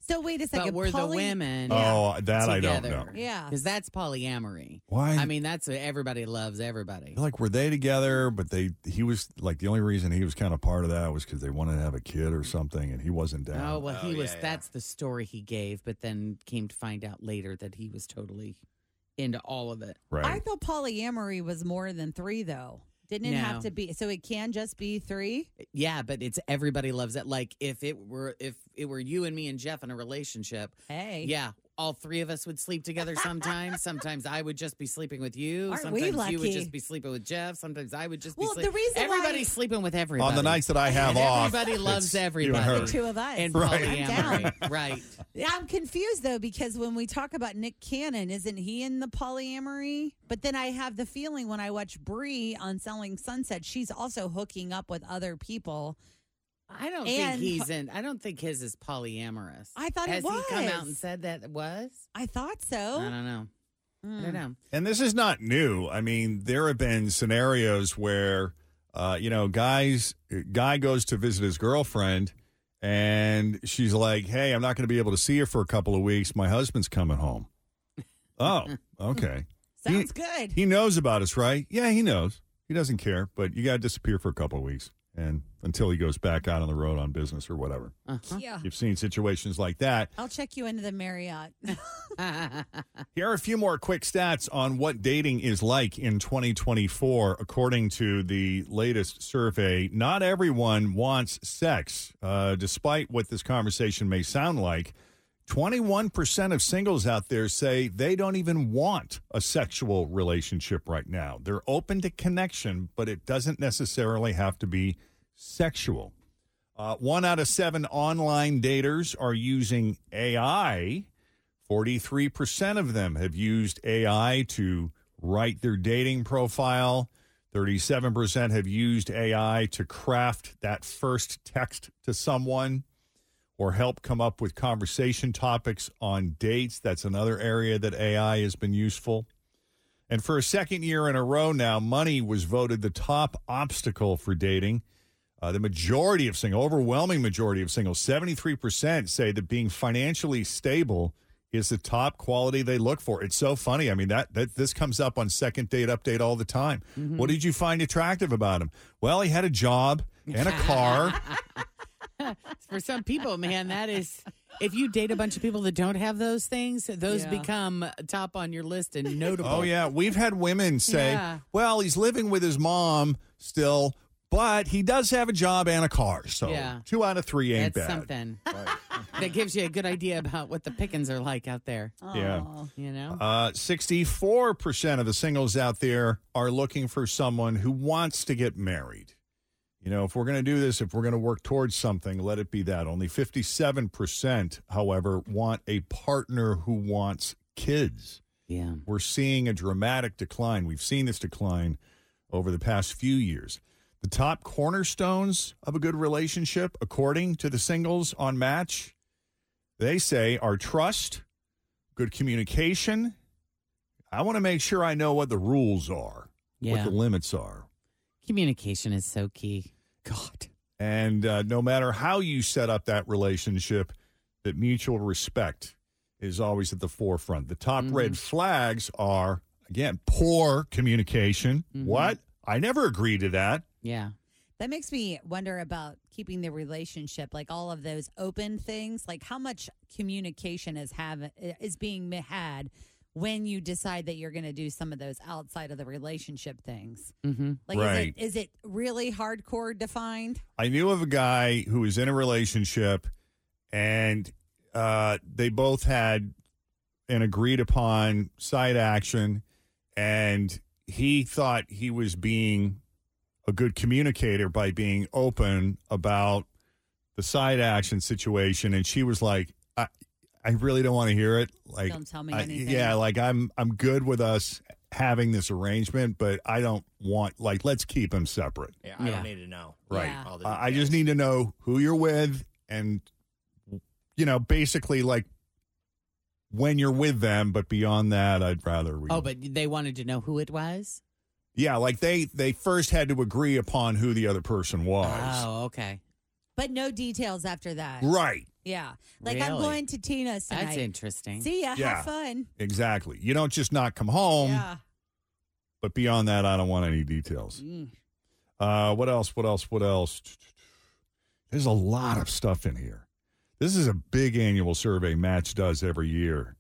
[SPEAKER 7] So wait a
[SPEAKER 3] But
[SPEAKER 7] second.
[SPEAKER 3] we're
[SPEAKER 7] poly-
[SPEAKER 3] the women.
[SPEAKER 2] Oh, that I don't know.
[SPEAKER 7] Yeah.
[SPEAKER 3] because that's polyamory.
[SPEAKER 2] Why?
[SPEAKER 3] I mean, that's everybody loves everybody.
[SPEAKER 2] Like were they together? But they he was like the only reason he was kind of part of that was because they wanted to have a kid or something, and he wasn't down.
[SPEAKER 3] Oh well, he
[SPEAKER 12] Oh,
[SPEAKER 3] was.
[SPEAKER 12] yeah, yeah.
[SPEAKER 3] That's the story he gave, but then came to find out later that he was totally into all of it.
[SPEAKER 7] I thought polyamory was more than three, though. Didn't it have
[SPEAKER 3] No.
[SPEAKER 7] to be? So it can just be three.
[SPEAKER 3] Yeah, but it's everybody loves it. Like if it were if it were you and me and Jeff in a relationship,
[SPEAKER 7] Hey.
[SPEAKER 3] yeah, all three of us would sleep together sometimes. sometimes I would just be sleeping with you.
[SPEAKER 7] Aren't we
[SPEAKER 3] sometimes you would
[SPEAKER 7] lucky?
[SPEAKER 3] just be sleeping with Jeff. Sometimes I would just be
[SPEAKER 7] Well,
[SPEAKER 3] sleeping.
[SPEAKER 7] the reason why-
[SPEAKER 3] everybody's sleeping with everybody.
[SPEAKER 2] On the nights that I have
[SPEAKER 3] And
[SPEAKER 2] off,
[SPEAKER 3] Everybody
[SPEAKER 2] it's
[SPEAKER 3] loves
[SPEAKER 2] you and
[SPEAKER 3] everybody.
[SPEAKER 2] her. The
[SPEAKER 7] two of us.
[SPEAKER 3] And
[SPEAKER 7] Right. I'm
[SPEAKER 3] polyamory. right.
[SPEAKER 7] Yeah, I'm confused though because when we talk about Nick Cannon, isn't he in the polyamory? But then I have the feeling when I watch Brie on Selling Sunset, she's also hooking up with other people.
[SPEAKER 3] I don't
[SPEAKER 7] And-
[SPEAKER 3] think he's in I don't think his is polyamorous.
[SPEAKER 7] I thought it
[SPEAKER 3] Has he come out
[SPEAKER 7] was.
[SPEAKER 3] and said that it was?
[SPEAKER 7] I thought
[SPEAKER 3] I
[SPEAKER 7] so. Hmm.
[SPEAKER 3] don't know. I don't know.
[SPEAKER 2] And this is not new. I mean, there have been scenarios where, uh, you know, guys, guy goes to visit his girlfriend, and she's like, "Hey, I'm not going to be able to see her for a couple of weeks. My husband's coming home." Oh, okay.
[SPEAKER 7] Sounds good.
[SPEAKER 2] He knows about us, right? Yeah, he knows. He doesn't care, but you got to disappear for a couple of weeks, and until he goes back out on the road on business or whatever.
[SPEAKER 3] Uh-huh.
[SPEAKER 7] Yeah.
[SPEAKER 2] You've seen situations like that.
[SPEAKER 7] I'll check you into the Marriott.
[SPEAKER 2] Here are a few more quick stats on what dating is like in 2024. According to the latest survey, not everyone wants sex. Uh, despite what this conversation may sound like, 21% of singles out there say they don't even want a sexual relationship right now. They're open to connection, but it doesn't necessarily have to be sexual. Uh, one out of seven online daters are using AI. 43% of them have used AI to write their dating profile. 37% have used AI to craft that first text to someone or help come up with conversation topics on dates. That's another area that AI has been useful. And for a second year in a row now, money was voted the top obstacle for dating. Uh, the majority of single, overwhelming majority of singles, 73% say that being financially stable is the top quality they look for. It's so funny. I mean, that, that this comes up on second date update all the time.
[SPEAKER 16] Mhm.
[SPEAKER 2] What did you find attractive about him? Well, he had a job and a car.
[SPEAKER 3] For some people, man, that is. If you date a bunch of people that don't have those things, those
[SPEAKER 2] Yeah.
[SPEAKER 3] become top on your list and notable.
[SPEAKER 2] Oh yeah, we've had women say,
[SPEAKER 3] Yeah.
[SPEAKER 2] "Well, he's living with his mom still, but he does have a job and a car." So
[SPEAKER 3] Yeah.
[SPEAKER 2] two out of three ain't
[SPEAKER 3] That's
[SPEAKER 2] bad.
[SPEAKER 3] something that gives you a good idea about what the pickings are like out there.
[SPEAKER 2] Yeah.
[SPEAKER 3] You know?
[SPEAKER 2] Uh, 64% of the singles out there are looking for someone who wants to get married. You know, if we're going to do this, if we're going to work towards something, let it be that. Only 57%, however, want a partner who wants kids.
[SPEAKER 3] Yeah.
[SPEAKER 2] We're seeing a dramatic decline. We've seen this decline over the past few years. The top cornerstones of a good relationship, according to the singles on Match, they say are trust, good communication. I want to make sure I know what the rules are, what
[SPEAKER 3] Yeah.
[SPEAKER 2] the limits are.
[SPEAKER 3] Communication is so key.
[SPEAKER 2] God. And uh, no matter how you set up that relationship, that mutual respect is always at the forefront. The top
[SPEAKER 3] Mm-hmm.
[SPEAKER 2] red flags are, again, poor communication.
[SPEAKER 3] Mm-hmm.
[SPEAKER 2] What? I never agreed to that.
[SPEAKER 3] Yeah.
[SPEAKER 7] That makes me wonder about keeping the relationship, like all of those open things, like how much communication is have is being ma- had when you decide that you're going to do some of those outside of the relationship things.
[SPEAKER 3] Mm-hmm.
[SPEAKER 7] Like,
[SPEAKER 2] Right.
[SPEAKER 7] is, it, is it really hardcore defined?
[SPEAKER 2] I knew of a guy who was in a relationship, and uh, they both had an agreed upon side action, and he thought he was being a good communicator by being open about the side action situation, and she was like, "I, I really don't want to hear it. Like,
[SPEAKER 7] Don't tell me
[SPEAKER 2] I-
[SPEAKER 7] anything.
[SPEAKER 2] yeah, like I'm, I'm good with us." having this arrangement but i don't want like let's keep them separate
[SPEAKER 12] Yeah, I don't need to know.
[SPEAKER 2] Right.
[SPEAKER 12] All the
[SPEAKER 2] I I just need to know who you're with and, you know, basically like when you're with them. But beyond that, I'd rather we.
[SPEAKER 3] Oh, but they wanted to know who it was?
[SPEAKER 2] Yeah, like they they first had to agree upon who the other person was.
[SPEAKER 3] Oh, okay.
[SPEAKER 7] But no details after that.
[SPEAKER 2] Right.
[SPEAKER 7] Yeah. Like, I'm
[SPEAKER 2] Really?
[SPEAKER 7] going to Tina's tonight.
[SPEAKER 3] That's interesting.
[SPEAKER 7] See ya.
[SPEAKER 2] Yeah.
[SPEAKER 7] Have fun.
[SPEAKER 2] Exactly. You don't just not come home.
[SPEAKER 7] Yeah.
[SPEAKER 2] But beyond that, I don't want any details. Uh, what else? What else? What else? There's a lot of stuff in here. This is a big annual survey Match does every year.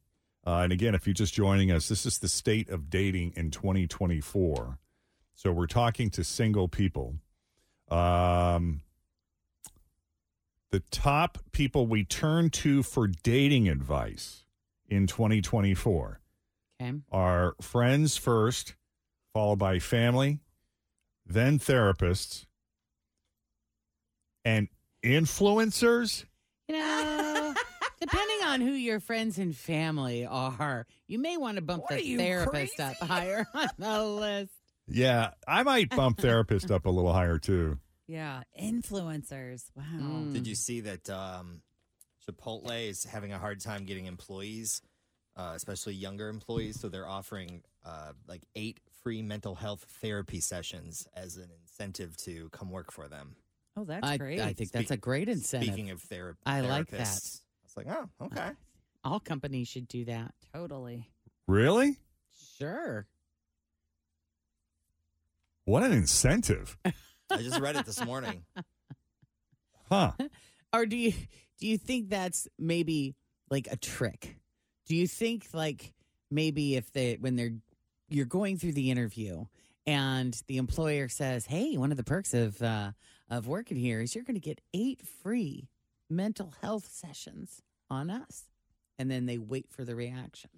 [SPEAKER 2] Uh, and again, if you're just joining us, this is the state of dating in 2024. So we're talking to single people. Um, the top people we turn to for dating advice in 2024
[SPEAKER 3] Okay.
[SPEAKER 2] are friends first, followed by family, then therapists, and influencers.
[SPEAKER 3] You know, depending on who your friends and family are, you may want to bump the therapist up higher on the list.
[SPEAKER 2] Yeah, I might bump therapist up a little higher too.
[SPEAKER 7] Yeah. Influencers. Wow.
[SPEAKER 3] Mm.
[SPEAKER 12] Did you see that um, Chipotle is having a hard time getting employees, uh, especially younger employees? So they're offering uh, like eight free mental health therapy sessions as an incentive to come work for them.
[SPEAKER 7] Oh, that's
[SPEAKER 3] I,
[SPEAKER 7] great.
[SPEAKER 3] I think that's a great incentive.
[SPEAKER 12] Speaking of therapy,
[SPEAKER 3] I like that.
[SPEAKER 12] therapists, I was like, oh, okay.
[SPEAKER 3] All companies should do that.
[SPEAKER 7] Totally.
[SPEAKER 2] Really?
[SPEAKER 3] Sure.
[SPEAKER 2] What an incentive.
[SPEAKER 12] I just read it this morning.
[SPEAKER 2] Huh.
[SPEAKER 3] Or do you do you think that's maybe like a trick? Do you think like maybe if they when they're you're going through the interview and the employer says, "Hey, one of the perks of uh, of working here is you're going to get eight free mental health sessions on us," and then they wait for the reaction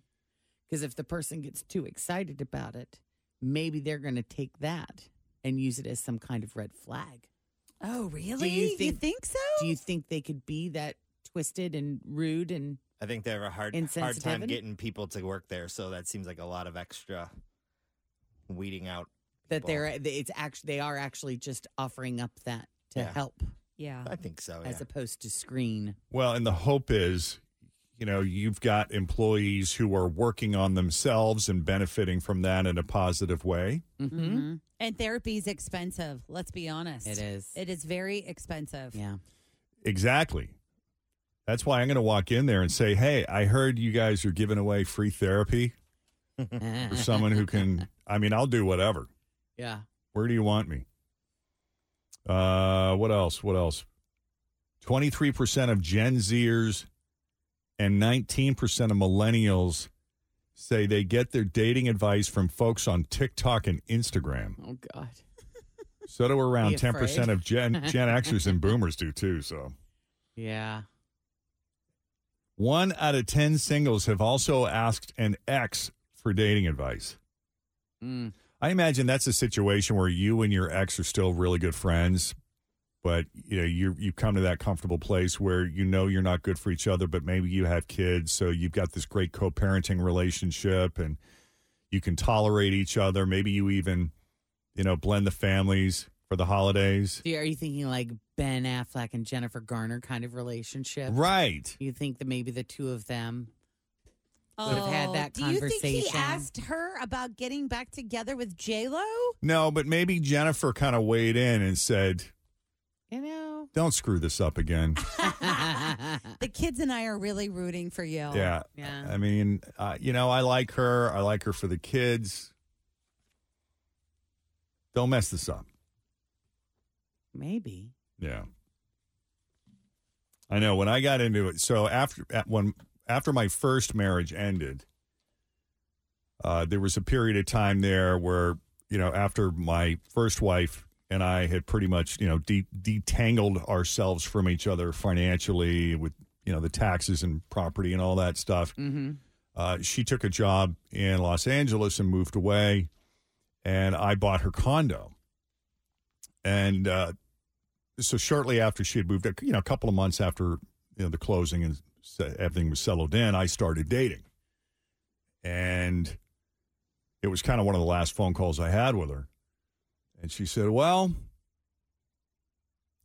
[SPEAKER 3] because if the person gets too excited about it, maybe they're going to take that and use it as some kind of red flag.
[SPEAKER 7] Oh,
[SPEAKER 3] Do
[SPEAKER 7] really?
[SPEAKER 3] you think,
[SPEAKER 7] so?
[SPEAKER 3] Do you think they could be that twisted and rude and
[SPEAKER 12] I think they have a hard hard time
[SPEAKER 3] Insensitivity?
[SPEAKER 12] getting people to work there, so that seems like a lot of extra weeding out.
[SPEAKER 3] that
[SPEAKER 12] people.
[SPEAKER 3] they're that it's actually they are actually just offering up that to
[SPEAKER 12] Yeah.
[SPEAKER 3] help
[SPEAKER 7] Yeah.
[SPEAKER 12] I think so.
[SPEAKER 3] as
[SPEAKER 12] yeah.
[SPEAKER 3] opposed to screen.
[SPEAKER 2] Well, and the hope is, you know, you've got employees who are working on themselves and benefiting from that in a positive way.
[SPEAKER 7] Mhm. And therapy is expensive. Let's be honest.
[SPEAKER 2] It is.
[SPEAKER 7] It is very expensive.
[SPEAKER 3] Yeah.
[SPEAKER 2] Exactly. That's why I'm going to walk in there and say, "Hey, I heard you guys are giving away free therapy for someone who can. I mean, I'll do whatever.
[SPEAKER 3] Yeah.
[SPEAKER 2] Where do you want me? Uh, what else? What else? Twenty three percent of Gen Zers and nineteen percent of millennials say they get their dating advice from folks on TikTok and Instagram.
[SPEAKER 3] Oh God.
[SPEAKER 2] So do around
[SPEAKER 3] Be
[SPEAKER 2] ten percent of
[SPEAKER 3] afraid.
[SPEAKER 2] Gen Gen Xers and Boomers do too. So.
[SPEAKER 3] Yeah.
[SPEAKER 2] One out of 10 singles have also asked an ex for dating advice.
[SPEAKER 3] Mm.
[SPEAKER 2] I imagine that's a situation where you and your ex are still really good friends, but you know, you you come to that comfortable place where you know you're not good for each other, but maybe you have kids, so you've got this great co-parenting relationship and you can tolerate each other. Maybe you even, you know, blend the families for the holidays.
[SPEAKER 3] See, are you thinking like Ben Affleck and Jennifer Garner kind of relationship?
[SPEAKER 2] Right.
[SPEAKER 3] You think that maybe the two of them would have had that
[SPEAKER 7] Oh, do you
[SPEAKER 3] conversation?
[SPEAKER 7] think he asked her about getting back together with J Lo?
[SPEAKER 2] No, but maybe Jennifer kind of weighed in and said,
[SPEAKER 7] You know,
[SPEAKER 2] "Don't screw this up again."
[SPEAKER 7] the kids and I are really rooting for you.
[SPEAKER 2] Yeah.
[SPEAKER 7] yeah.
[SPEAKER 2] I mean, uh, you know, I like her. I like her for the kids. Don't mess this up.
[SPEAKER 3] Maybe.
[SPEAKER 2] Yeah. I know when I got into it. So after at when after my first marriage ended, uh, there was a period of time there where you know after my first wife and I had pretty much you know de- detangled ourselves from each other financially with you know the taxes and property and all that stuff.
[SPEAKER 3] Mm-hmm.
[SPEAKER 2] Uh, she took a job in Los Angeles and moved away, and I bought her condo. And uh, so shortly after she had moved, you know, a couple of months after you know the closing and se- everything was settled in, I started dating, and it was kind of one of the last phone calls I had with her, and she said, "Well."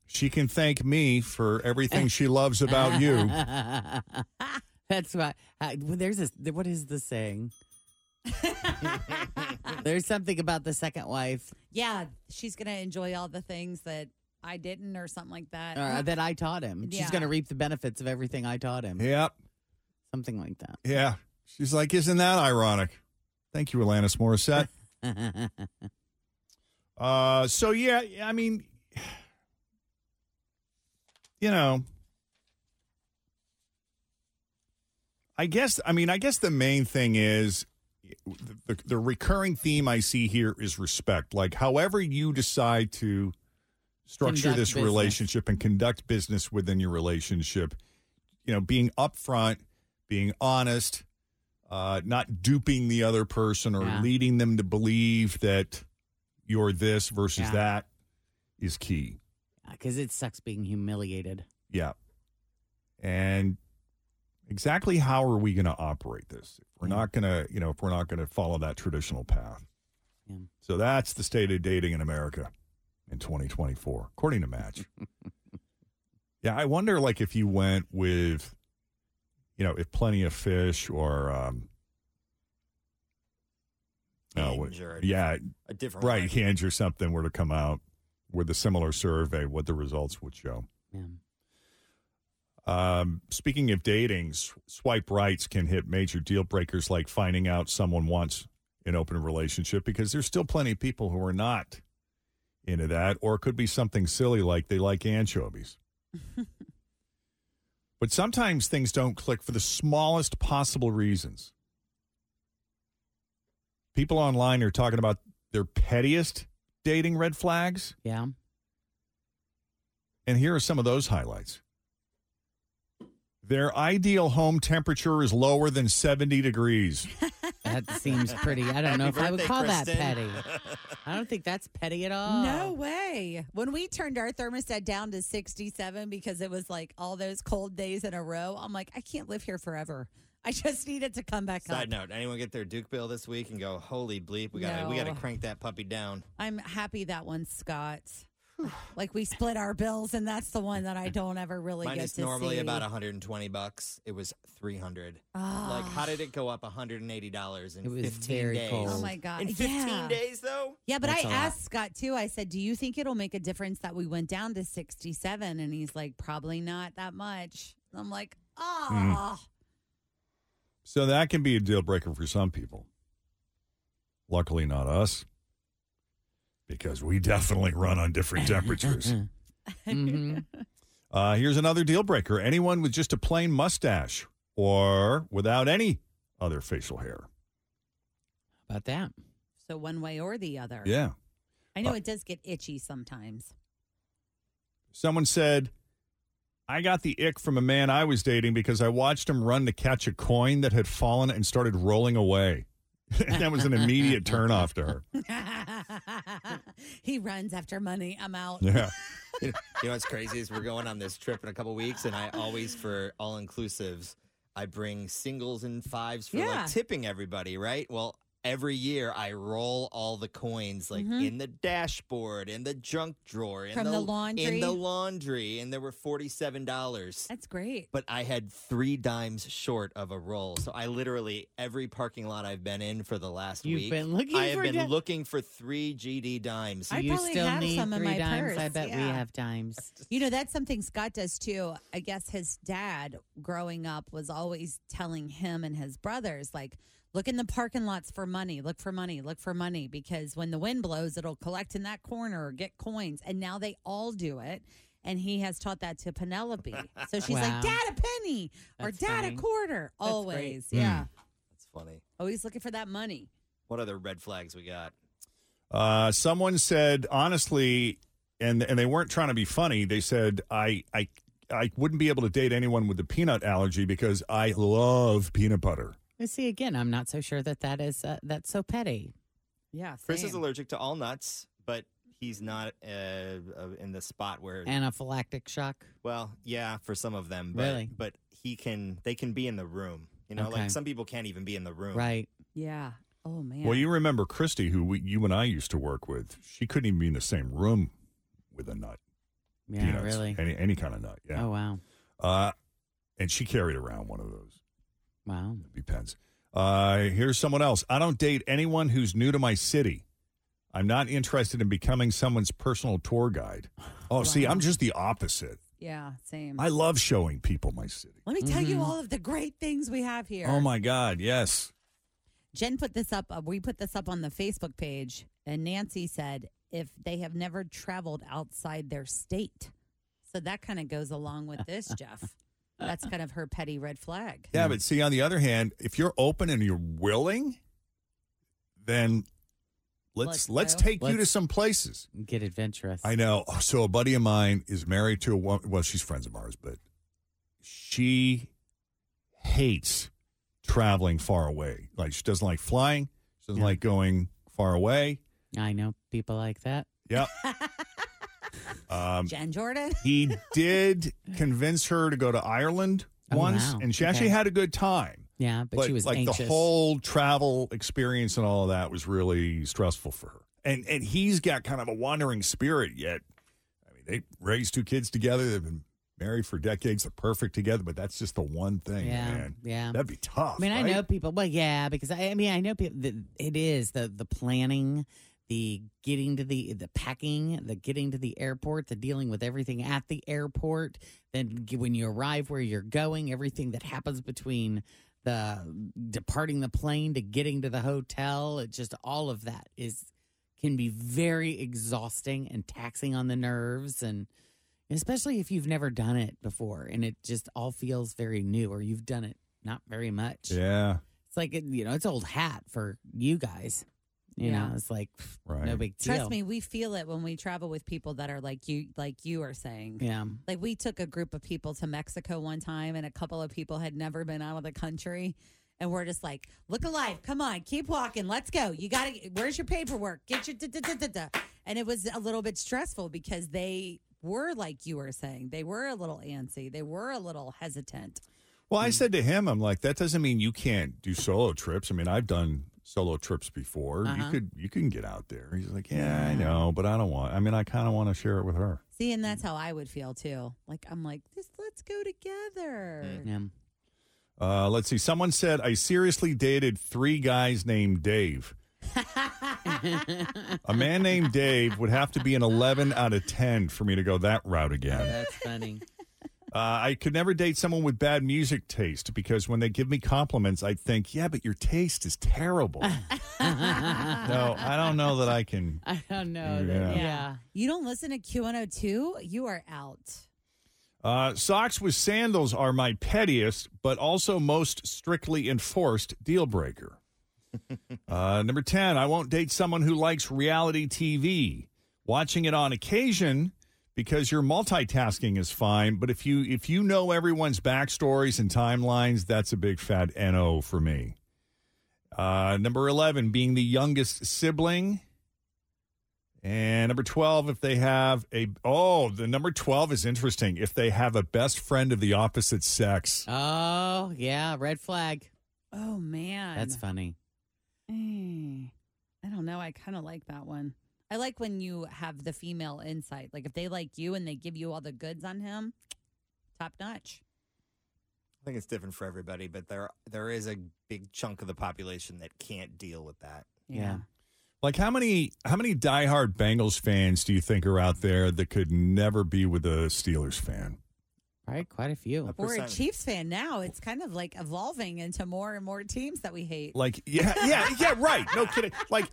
[SPEAKER 2] She can thank me for everything she loves about you.
[SPEAKER 3] That's why. Uh, well, there's this. What is the saying? there's something about the second wife
[SPEAKER 7] Yeah, she's gonna enjoy all the things that I didn't, or something like that.
[SPEAKER 3] uh, that I taught him. She's
[SPEAKER 7] Yeah.
[SPEAKER 3] going to reap the benefits of everything I taught him.
[SPEAKER 2] Yep.
[SPEAKER 3] Something like that.
[SPEAKER 2] Yeah. She's like, isn't that ironic? Thank you, Alanis Morissette. uh, so, yeah, I mean, you know, I guess, I mean, I guess the main thing is the, the, the recurring theme I see here is respect. Like, however you decide to structure
[SPEAKER 16] Conduct
[SPEAKER 2] this
[SPEAKER 16] business.
[SPEAKER 2] relationship and conduct business within your relationship, you know, being upfront, being honest, uh, not duping the other person or
[SPEAKER 16] Yeah.
[SPEAKER 2] leading them to believe that you're this versus
[SPEAKER 3] Yeah.
[SPEAKER 2] that is key.
[SPEAKER 3] Because it sucks being humiliated.
[SPEAKER 2] Yeah. And exactly how are we going to operate this? If we're not going to, you know, if we're not going to follow that traditional path.
[SPEAKER 3] Yeah.
[SPEAKER 2] So that's the state of dating in America in 2024, according to Match. yeah, I wonder, like, if you went with, you know, if Plenty of Fish or, um, oh, what-
[SPEAKER 12] Hinge or a
[SPEAKER 2] yeah,
[SPEAKER 12] different- a different
[SPEAKER 2] right
[SPEAKER 12] one.
[SPEAKER 2] Hinge or something were to come out with a similar survey, what the results would show. Um, speaking of dating, s- swipe rights can hit major deal breakers like finding out someone wants an open relationship because there's still plenty of people who are not into that, or it could be something silly like they like anchovies. but sometimes things don't click for the smallest possible reasons. People online are talking about their pettiest dating red flags.
[SPEAKER 3] Yeah.
[SPEAKER 2] And here are some of those highlights. Their ideal home temperature is lower than 70 degrees.
[SPEAKER 3] That seems pretty. I don't know if I would
[SPEAKER 7] birthday,
[SPEAKER 3] call that
[SPEAKER 7] Kristen.
[SPEAKER 3] petty. I don't think that's petty at all.
[SPEAKER 7] Uh, No way. When we turned our thermostat down to 67 because it was like all those cold days in a row, I'm like, I can't live here forever. I just need it to come back up.
[SPEAKER 12] Side note: Anyone get their Duke bill this week and go, "Holy bleep, we gotta we gotta
[SPEAKER 7] No.
[SPEAKER 12] crank that puppy down."
[SPEAKER 7] I'm happy that one's Scott. like we split our bills, and that's the one that I don't ever really
[SPEAKER 12] Mine
[SPEAKER 7] get
[SPEAKER 12] is
[SPEAKER 7] to
[SPEAKER 12] normally
[SPEAKER 7] see.
[SPEAKER 12] about 120 bucks. It was 300. Like,
[SPEAKER 7] Ah.
[SPEAKER 12] how did it go up 180 dollars in
[SPEAKER 3] It was
[SPEAKER 12] 15
[SPEAKER 3] very
[SPEAKER 12] days?
[SPEAKER 3] cold.
[SPEAKER 7] Oh my god!
[SPEAKER 12] In 15
[SPEAKER 7] yeah.
[SPEAKER 12] days, though.
[SPEAKER 7] Yeah, but I
[SPEAKER 12] That's a lot.
[SPEAKER 7] asked Scott too. I said, "Do you think it'll make a difference that we went down to sixty-seven? And he's like, "Probably not that much." I'm like, "Ah,
[SPEAKER 2] So that can be a deal breaker for some people. Luckily, not us, because we definitely run on different temperatures. Mm. uh, here's another deal breaker anyone with just a plain mustache or without any other facial hair.
[SPEAKER 3] About that.
[SPEAKER 7] so one way or the other."
[SPEAKER 2] Yeah.
[SPEAKER 7] I know it does get itchy sometimes.
[SPEAKER 2] Someone said, I got the ick from a man I was dating because I watched him run to catch a coin that had fallen and started rolling away. that was an immediate turnoff to her.
[SPEAKER 7] he runs after money. I'm out.
[SPEAKER 2] Yeah.
[SPEAKER 12] you know you know what's crazy is we're going on this trip in a couple weeks, and I always for all inclusives, I bring singles and fives for
[SPEAKER 7] Yeah.
[SPEAKER 12] like tipping everybody, right? Well, every year I roll all the coins like
[SPEAKER 7] Mhm.
[SPEAKER 12] in the dashboard, in the junk drawer, in
[SPEAKER 7] From the laundry?
[SPEAKER 12] in the laundry, and there were forty seven dollars.
[SPEAKER 7] That's great.
[SPEAKER 12] But I had three dimes short of a roll, so I literally every parking lot I've been in for the last
[SPEAKER 3] You've
[SPEAKER 12] week,
[SPEAKER 3] been looking
[SPEAKER 12] I have
[SPEAKER 3] for
[SPEAKER 12] been
[SPEAKER 3] di-
[SPEAKER 12] looking for three GD dimes.
[SPEAKER 3] So you still need three dimes. I bet we
[SPEAKER 7] yeah.
[SPEAKER 3] have dimes.
[SPEAKER 7] You know, that's something Scott does too. I guess his dad growing up was always telling him and his brothers, like, look in the parking lots for money, look for money, look for money, because when the wind blows, it'll collect in that corner or get coins. And now they all do it. And he has taught that to Penelope. So she's
[SPEAKER 3] Wow.
[SPEAKER 7] like, Dad, a penny or
[SPEAKER 12] That's
[SPEAKER 7] Dad,
[SPEAKER 12] funny.
[SPEAKER 7] a quarter.
[SPEAKER 12] That's great. Mm.
[SPEAKER 7] Always. Yeah.
[SPEAKER 12] That's funny.
[SPEAKER 7] Always looking for that money.
[SPEAKER 12] What other red flags we got?
[SPEAKER 2] Uh, someone said honestly, and and they weren't trying to be funny. They said I I I wouldn't be able to date anyone with a peanut allergy because I love peanut butter.
[SPEAKER 3] But see, again, I'm not so sure that that is uh, that's so petty.
[SPEAKER 7] Yeah.
[SPEAKER 12] Chris is allergic to all nuts, but he's not uh, uh, in the spot where.
[SPEAKER 3] Anaphylactic shock.
[SPEAKER 12] well, yeah, for some of them, but,
[SPEAKER 3] Really?
[SPEAKER 12] But he can. They can be in the room. You know,
[SPEAKER 3] Okay.
[SPEAKER 12] like some people can't even be in the room.
[SPEAKER 7] Yeah. Oh, man.
[SPEAKER 2] Well, you remember Christy, who we, you and I used to work with. She couldn't even be in the same room with a nut.
[SPEAKER 3] Yeah, really.
[SPEAKER 2] Any any kind of nut. Yeah.
[SPEAKER 3] Oh wow,
[SPEAKER 2] Uh, and she carried around one of those.
[SPEAKER 3] wow.
[SPEAKER 2] Be pens. Uh, here's someone else. I don't date anyone who's new to my city. I'm not interested in becoming someone's personal tour guide. Oh, see, I'm just the opposite.
[SPEAKER 7] Yeah. Same.
[SPEAKER 2] I love showing people my city.
[SPEAKER 7] Let me tell
[SPEAKER 3] Mm-hmm.
[SPEAKER 12] Mm-hmm.
[SPEAKER 7] you all of the great things we have here.
[SPEAKER 2] Oh my God, yes.
[SPEAKER 7] Jen put this up. Uh, we put this up on the Facebook page, and Nancy said if they have never traveled outside their state, so that kind of goes along with this, Jeff. That's kind of her petty red flag.
[SPEAKER 2] Yeah, but see, on the other hand, if you're open and you're willing, then let's
[SPEAKER 3] Let's
[SPEAKER 2] let's
[SPEAKER 3] go.
[SPEAKER 2] take you to
[SPEAKER 3] Let's-
[SPEAKER 2] some places.
[SPEAKER 3] Get adventurous.
[SPEAKER 2] I know. So a buddy of mine is married to a woman. Well, she's friends of ours, but she hates traveling far away. Like she doesn't like flying. She doesn't like going far away.
[SPEAKER 3] I know people like that.
[SPEAKER 2] Yep. um,
[SPEAKER 7] Jen Jordan.
[SPEAKER 2] he did convince her to go to Ireland
[SPEAKER 3] Oh,
[SPEAKER 2] once,
[SPEAKER 3] wow.
[SPEAKER 2] and she
[SPEAKER 3] Okay.
[SPEAKER 2] actually had a good time.
[SPEAKER 3] Yeah, but, she was
[SPEAKER 2] like
[SPEAKER 3] anxious.
[SPEAKER 2] the whole travel experience and all of that was really stressful for her. And and he's got kind of a wandering spirit yet. I mean, they raised two kids together. They've been married for decades. They're perfect together, but that's just the one thing,
[SPEAKER 3] Yeah,
[SPEAKER 2] man.
[SPEAKER 3] yeah.
[SPEAKER 2] That'd be tough.
[SPEAKER 3] I mean, I
[SPEAKER 2] right?
[SPEAKER 3] know people. Well, yeah, because I, I mean, I know people. That it is the the planning, the getting to the the packing, the getting to the airport, the dealing with everything at the airport. Then g- when you arrive where you're going, everything that happens between the departing the plane to getting to the hotel, it just all of that is can be very exhausting and taxing on the nerves and especially if you've never done it before and it just all feels very new or you've done it not very much
[SPEAKER 2] Yeah.
[SPEAKER 3] it's like you know it's old hat for you guys you
[SPEAKER 7] Yeah.
[SPEAKER 3] know it's like pff,
[SPEAKER 2] Right.
[SPEAKER 3] no big deal
[SPEAKER 7] Trust me, we feel it when we travel with people that are like you, like you are saying.
[SPEAKER 3] yeah
[SPEAKER 7] Like we took a group of people to Mexico one time, and a couple of people had never been out of the country, and we're just like, "Look alive! Come on, keep walking. Let's go. You got to. Where's your paperwork? Get your da da da da da." And it was a little bit stressful because they were like you were saying, they were a little antsy, they were a little hesitant.
[SPEAKER 2] Well, I said to him, I'm like, that doesn't mean you can't do solo trips. I mean, I've done solo trips before. You
[SPEAKER 7] Uh-huh.
[SPEAKER 2] could you can get out there. He's like, yeah, I know, but I don't want. I mean, I kind of want to share it with her.
[SPEAKER 7] See, and
[SPEAKER 3] Mm-hmm.
[SPEAKER 7] that's how I would feel too. Like I'm like, this let's go together.
[SPEAKER 2] Uh, let's see. Someone said I seriously dated three guys named Dave.
[SPEAKER 3] Mm-hmm.
[SPEAKER 2] a man named Dave would have to be an 11 out of 10 for me to go that route again.
[SPEAKER 3] That's funny.
[SPEAKER 2] Uh, I could never date someone with bad music taste because when they give me compliments, I think, yeah, but your taste is terrible. no, I don't know that I can.
[SPEAKER 3] I don't know.
[SPEAKER 2] Yeah.
[SPEAKER 3] Yeah.
[SPEAKER 7] You don't listen to Q102, you are out.
[SPEAKER 2] Uh, socks with sandals are my pettiest, but also most strictly enforced deal breaker. uh, number 10, I won't date someone who likes reality TV. Watching it on occasion because your multitasking is fine, but if you if you know everyone's backstories and timelines, that's a big fat NO for me. Uh, number 11, being the youngest sibling. And number 12, if they have a, oh, the number 12 is interesting. If they have a best friend of the opposite sex.
[SPEAKER 3] Oh, yeah. Red flag.
[SPEAKER 7] Oh man.
[SPEAKER 3] That's funny.
[SPEAKER 7] Mm. I don't know. I kind of like that one. I like when you have the female insight. Like if they like you and they give you all the goods on him, top notch.
[SPEAKER 12] I think it's different for everybody, but there there is a big chunk of the population that can't deal with that.
[SPEAKER 3] Yeah.
[SPEAKER 2] Like how many, how many diehard Bengals fans do you think are out there that could never be with a Steelers fan?
[SPEAKER 3] Probably quite a few.
[SPEAKER 7] We're a Chiefs fan now. It's kind of like evolving into more and more teams that we hate.
[SPEAKER 2] Like, yeah, yeah, yeah, right. No kidding. Like,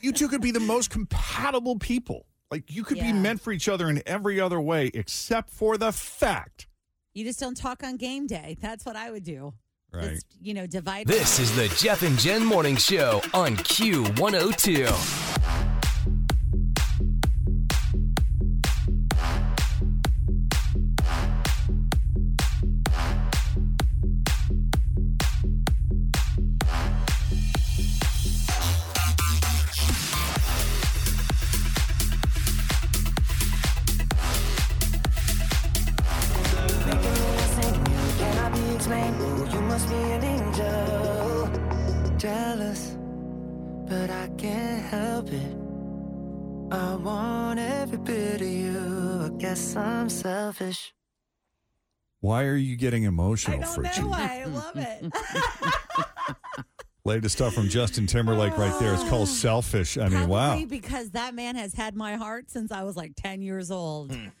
[SPEAKER 2] you two could be the most compatible people. Like, you could
[SPEAKER 7] Yeah.
[SPEAKER 2] be meant for each other in every other way except for the fact.
[SPEAKER 7] You just don't talk on game day. That's what I would do.
[SPEAKER 2] Right.
[SPEAKER 7] You know, divide.
[SPEAKER 1] This is the Jeff and Jen Morning Show on Q102.
[SPEAKER 16] Cannot be explained. Oh, you must be an angel. Jealous, but I can't help it. I want every bit of you. I guess I'm selfish.
[SPEAKER 2] Why are you getting emotional, Fritchie?
[SPEAKER 16] why. I love it.
[SPEAKER 2] Latest stuff from Justin Timberlake right there. It's
[SPEAKER 7] Oh,
[SPEAKER 2] called Selfish. I mean,
[SPEAKER 7] Probably
[SPEAKER 2] wow.
[SPEAKER 7] Because that man has had my heart since I was like 10 years old. And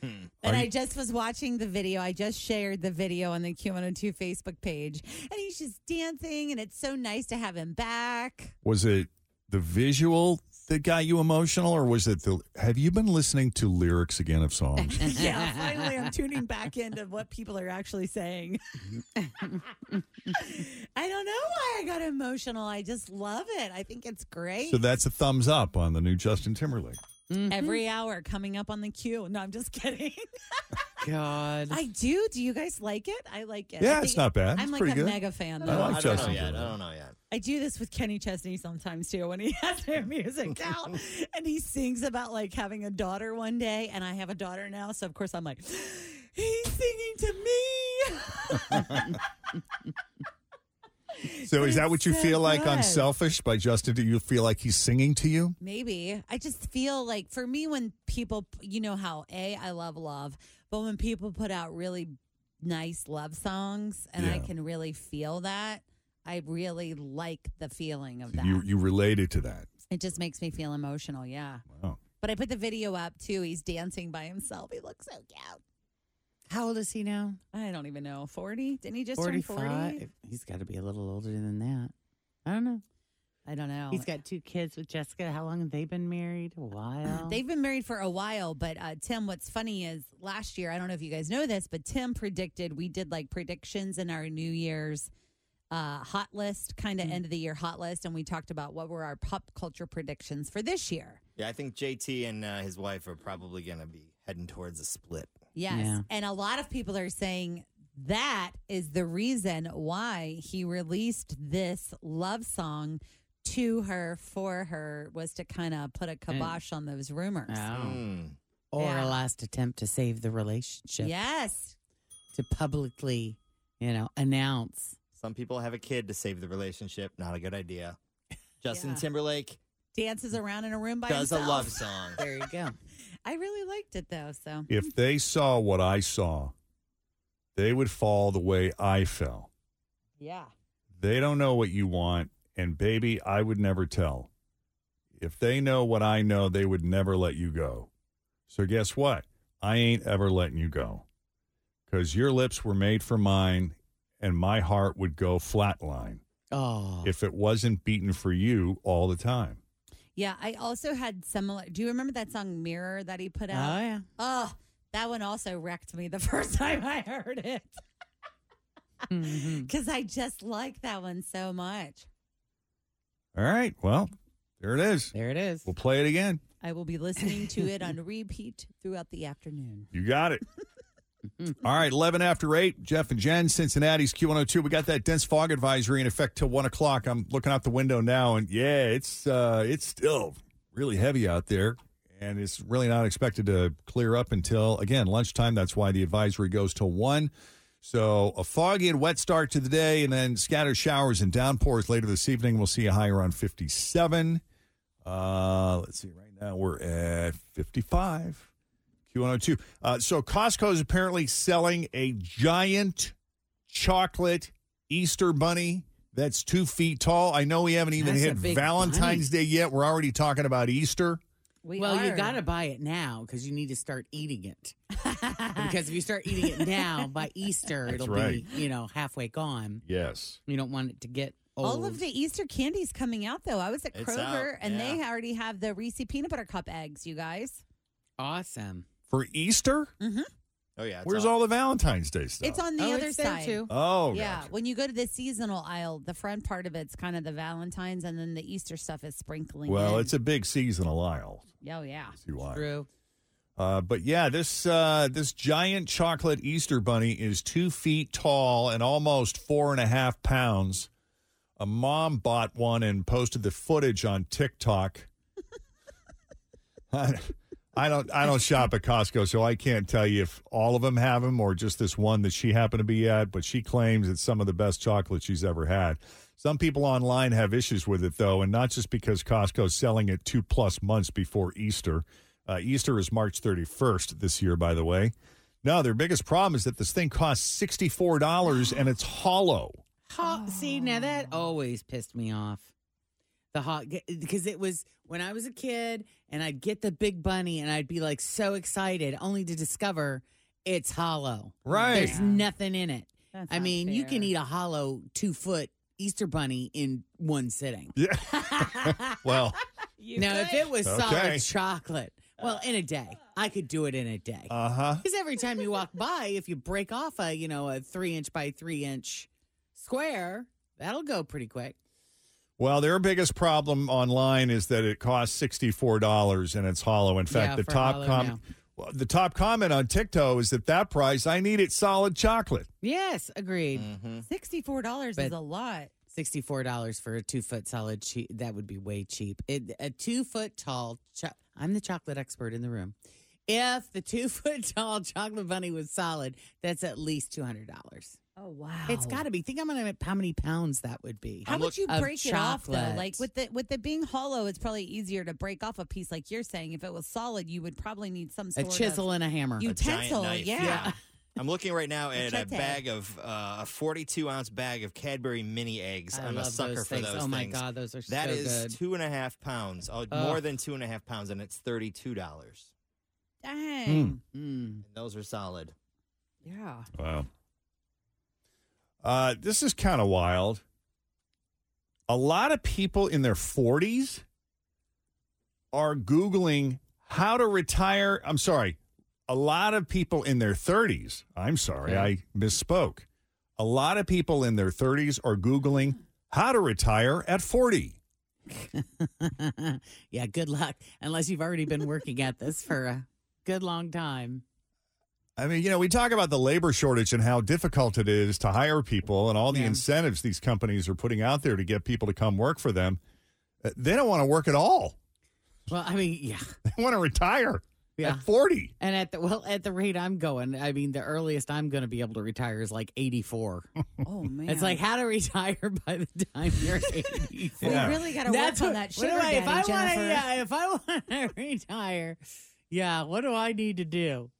[SPEAKER 2] Are
[SPEAKER 7] I
[SPEAKER 2] you-
[SPEAKER 7] just was watching the video. I just shared the video on the Q102 Facebook page. And he's just dancing, and it's so nice to have him back.
[SPEAKER 2] Was it the visual that got you emotional, or was it the. Have you been listening to lyrics again of songs?
[SPEAKER 7] yeah, finally, I'm tuning back into what people are actually saying. I don't know why I got emotional. I just love it. I think it's great.
[SPEAKER 2] so that's a thumbs up on the new Justin Timberlake.
[SPEAKER 7] Every hour coming up on the queue. No, I'm just kidding.
[SPEAKER 3] God.
[SPEAKER 7] I do. Do you guys like it? I like it.
[SPEAKER 2] Yeah,
[SPEAKER 7] I think-
[SPEAKER 2] it's not bad.
[SPEAKER 7] I'm
[SPEAKER 2] It's
[SPEAKER 7] like
[SPEAKER 2] pretty
[SPEAKER 7] a
[SPEAKER 2] good.
[SPEAKER 7] mega fan.
[SPEAKER 2] I
[SPEAKER 7] Though.
[SPEAKER 2] like
[SPEAKER 12] I don't know
[SPEAKER 2] Justin
[SPEAKER 12] yet. I
[SPEAKER 2] Timberlake.
[SPEAKER 12] don't know yet.
[SPEAKER 7] I do this with Kenny Chesney sometimes too when he has their music out and he sings about like having a daughter one day and I have a daughter now so of course I'm like he's singing to me.
[SPEAKER 2] So is that what you
[SPEAKER 7] so
[SPEAKER 2] feel like on
[SPEAKER 7] good.
[SPEAKER 2] Selfish by Justin? Do you feel like he's singing to you?
[SPEAKER 7] Maybe. I just feel like for me when people you know how A I love love, but when people put out really nice love songs and I
[SPEAKER 2] Yeah.
[SPEAKER 7] can really feel that, I really like the feeling of that.
[SPEAKER 2] You you related to that.
[SPEAKER 7] It just makes me feel emotional. Yeah.
[SPEAKER 2] Wow.
[SPEAKER 7] But I put the video up too. He's dancing by himself. He looks so cute.
[SPEAKER 3] How old is he now?
[SPEAKER 7] I don't even know. 40? Didn't he just turn 40?
[SPEAKER 3] He's got to be a little older than that. I don't know.
[SPEAKER 7] I don't know.
[SPEAKER 3] He's got two kids with Jessica. How long have they been married? A while.
[SPEAKER 7] They've been married for a while, but uh, Tim, what's funny is last year, I don't know if you guys know this, but Tim predicted we did like predictions in our New Year's uh, hot list, kind of
[SPEAKER 12] Mm.
[SPEAKER 7] end of the year hot list, and we talked about what were our pop culture predictions for this year.
[SPEAKER 12] Yeah, I think JT and uh, his wife are probably going to be heading towards a split.
[SPEAKER 7] Yes.
[SPEAKER 12] Yeah.
[SPEAKER 7] And a lot of people are saying that is the reason why he released this love song to her for her was to kind of put a
[SPEAKER 12] Mm.
[SPEAKER 7] kibosh on those rumors.
[SPEAKER 12] Oh.
[SPEAKER 2] Hmm.
[SPEAKER 3] Or
[SPEAKER 7] Yeah.
[SPEAKER 3] a last attempt to save the relationship.
[SPEAKER 7] Yes.
[SPEAKER 3] To publicly, you know, announce.
[SPEAKER 12] Some people have a kid to save the relationship. Not a good idea. Justin
[SPEAKER 7] Yeah.
[SPEAKER 12] Timberlake
[SPEAKER 7] Dances around in a room by
[SPEAKER 12] does
[SPEAKER 7] himself.
[SPEAKER 12] a love song.
[SPEAKER 3] There you go.
[SPEAKER 7] I really liked it though. So
[SPEAKER 2] If they saw what I saw, they would fall the way I fell.
[SPEAKER 7] yeah,
[SPEAKER 2] They don't know what you want, and baby, I would never tell. If they know what I know, they would never let you go. So guess what? I ain't ever letting you go. Cuz your lips were made for mine and my heart would go flatline
[SPEAKER 3] Oh.
[SPEAKER 2] if it wasn't beating for you all the time.
[SPEAKER 7] yeah. I also had similar. Do you remember that song "Mirror" that he put out?
[SPEAKER 3] Oh, yeah.
[SPEAKER 7] Oh, that one also wrecked me the first time I heard it because I just like that one so much.
[SPEAKER 2] All right. Well, there it is.
[SPEAKER 3] There it is.
[SPEAKER 2] We'll play it again.
[SPEAKER 7] I will be listening to it on repeat throughout the afternoon.
[SPEAKER 2] You got it. All right, 11 after 8, Jeff and Jen, Cincinnati's Q102. We got that dense fog advisory in effect till 1 o'clock. I'm looking out the window now, and yeah, it's uh, it's still really heavy out there, and it's really not expected to clear up until, again, lunchtime. That's why the advisory goes till 1. So a foggy and wet start to the day, and then scattered showers and downpours later this evening. We'll see a high around 57. Uh, let's see, right now we're at 55. Q102. Uh, so Costco is apparently selling a giant chocolate Easter bunny that's two feet tall. I know we haven't even
[SPEAKER 3] That's a
[SPEAKER 2] hit
[SPEAKER 3] big
[SPEAKER 2] Valentine's
[SPEAKER 3] bunny.
[SPEAKER 2] Day yet. We're already talking about Easter.
[SPEAKER 3] well, you
[SPEAKER 7] are.
[SPEAKER 3] got to buy it now because you need to start eating it. because if you start eating it now, by Easter,
[SPEAKER 2] That's
[SPEAKER 3] it'll
[SPEAKER 2] right.
[SPEAKER 3] be, you know, halfway gone.
[SPEAKER 2] Yes.
[SPEAKER 3] You don't want it to get old.
[SPEAKER 7] All of the Easter candies coming out though. I was at
[SPEAKER 3] It's
[SPEAKER 7] Kroger
[SPEAKER 3] out,
[SPEAKER 7] and they
[SPEAKER 3] yeah.
[SPEAKER 7] already have the Reese peanut butter cup eggs. You guys,
[SPEAKER 3] Awesome.
[SPEAKER 2] For Easter?
[SPEAKER 7] mm-hmm.
[SPEAKER 12] Oh yeah.
[SPEAKER 2] Where's all the Valentine's Day stuff?
[SPEAKER 7] it's on the
[SPEAKER 3] Oh,
[SPEAKER 7] other
[SPEAKER 3] it's there,
[SPEAKER 7] side
[SPEAKER 3] too.
[SPEAKER 2] Oh,
[SPEAKER 7] yeah. When you go to the seasonal aisle, the front part of it's kind of the Valentine's, and then the Easter stuff is sprinkling.
[SPEAKER 2] Well,
[SPEAKER 7] in.
[SPEAKER 2] it's a big seasonal aisle.
[SPEAKER 7] oh yeah,
[SPEAKER 2] See why.
[SPEAKER 3] True.
[SPEAKER 2] Uh, but yeah, this uh, this giant chocolate Easter bunny is two feet tall and almost four and a half pounds. A mom bought one and posted the footage on TikTok. I, I don't I don't shop at Costco, so I can't tell you if all of them have them or just this one that she happened to be at. But she claims it's some of the best chocolate she's ever had. Some people online have issues with it though, and not just because Costco's selling it two plus months before Easter. Uh, Easter is March 31st this year, by the way. No, their biggest problem is that this thing costs $64 and it's hollow.
[SPEAKER 3] Hot. See, now that always pissed me off. The hot, because it was when I was a kid and I'd get the big bunny and I'd be like so excited only to discover it's hollow.
[SPEAKER 2] Right.
[SPEAKER 3] There's
[SPEAKER 2] Yeah.
[SPEAKER 3] nothing in it.
[SPEAKER 7] That's
[SPEAKER 3] I
[SPEAKER 7] not
[SPEAKER 3] mean, you can
[SPEAKER 7] fair.
[SPEAKER 3] eat a hollow two foot Easter bunny in one sitting.
[SPEAKER 2] Yeah. well,
[SPEAKER 3] now, if it was
[SPEAKER 2] Okay.
[SPEAKER 3] solid chocolate, well, in a day, I could do it in a day.
[SPEAKER 2] uh huh.
[SPEAKER 3] Because every time you walk by, if you break off a you know a three inch by three inch square, that'll go pretty quick.
[SPEAKER 2] Well, their biggest problem online is that it costs $64 and it's hollow. In fact,
[SPEAKER 3] Yeah,
[SPEAKER 2] the
[SPEAKER 3] for
[SPEAKER 2] top
[SPEAKER 3] hollow
[SPEAKER 2] comment. The top comment on TikTok is that that price, I need it solid chocolate.
[SPEAKER 3] Yes, agreed.
[SPEAKER 7] sixty-four dollars is
[SPEAKER 3] Mm-hmm. But-
[SPEAKER 7] a lot.
[SPEAKER 3] Sixty four dollars for a two foot solid che That would be way cheap. It, a two foot tall. Cho- I'm the chocolate expert in the room. If the two foot tall chocolate bunny was solid, that's at least two hundred dollars.
[SPEAKER 7] Oh wow,
[SPEAKER 3] It's got to be. Think I'm gonna how many pounds that would be.
[SPEAKER 7] How would you
[SPEAKER 3] Of
[SPEAKER 7] break it off though?
[SPEAKER 3] chocolate.
[SPEAKER 7] Like with the with the being hollow, it's probably easier to break off a piece. Like you're saying, if it was solid, you would probably need some
[SPEAKER 3] a
[SPEAKER 7] sort
[SPEAKER 3] chisel
[SPEAKER 7] of
[SPEAKER 3] and a hammer.
[SPEAKER 7] You-
[SPEAKER 12] A giant
[SPEAKER 7] Utensil,
[SPEAKER 12] knife.
[SPEAKER 7] yeah.
[SPEAKER 12] I'm looking right now at a
[SPEAKER 7] Machete.
[SPEAKER 12] bag of uh, a 42 ounce bag of Cadbury mini eggs.
[SPEAKER 3] I
[SPEAKER 12] am
[SPEAKER 3] love
[SPEAKER 12] a sucker
[SPEAKER 3] those
[SPEAKER 12] for
[SPEAKER 3] things.
[SPEAKER 12] those.
[SPEAKER 3] Oh my
[SPEAKER 12] things.
[SPEAKER 3] God, those are
[SPEAKER 12] That
[SPEAKER 3] so
[SPEAKER 12] is
[SPEAKER 3] good.
[SPEAKER 12] two and a half pounds, oh,
[SPEAKER 3] Ugh.
[SPEAKER 12] more than two and a half pounds, and it's thirty two dollars.
[SPEAKER 2] Hmm.
[SPEAKER 7] dang.
[SPEAKER 3] Mm.
[SPEAKER 12] And those are solid.
[SPEAKER 7] Yeah.
[SPEAKER 2] Wow. Uh, this is kind of wild. A lot of people in their 40s are Googling how to retire. I'm sorry. A lot of people in their 30s, I'm sorry, I misspoke. A lot of people in their 30s are Googling how to retire at 40.
[SPEAKER 3] yeah, good luck. Unless you've already been working at this for a good long time.
[SPEAKER 2] I mean, you know, we talk about the labor shortage and how difficult it is to hire people and all the
[SPEAKER 3] Yeah.
[SPEAKER 2] incentives these companies are putting out there to get people to come work for them. Uh, They don't want to work at all.
[SPEAKER 3] Well, I mean, yeah.
[SPEAKER 2] They want to retire.
[SPEAKER 3] Yeah.
[SPEAKER 2] At 40.
[SPEAKER 3] And at the well, at the rate I'm going, I mean, the earliest I'm going to be able to retire is like 84.
[SPEAKER 7] Oh man,
[SPEAKER 3] It's like how to retire by the time you're 84.
[SPEAKER 7] We really gotta work
[SPEAKER 3] That's
[SPEAKER 7] on
[SPEAKER 3] what-
[SPEAKER 7] that
[SPEAKER 3] what do
[SPEAKER 7] sugar
[SPEAKER 3] I- if I
[SPEAKER 7] daddy,
[SPEAKER 3] wanna-
[SPEAKER 7] Jennifer.
[SPEAKER 3] yeah, if I want to retire, yeah, what do I need to do?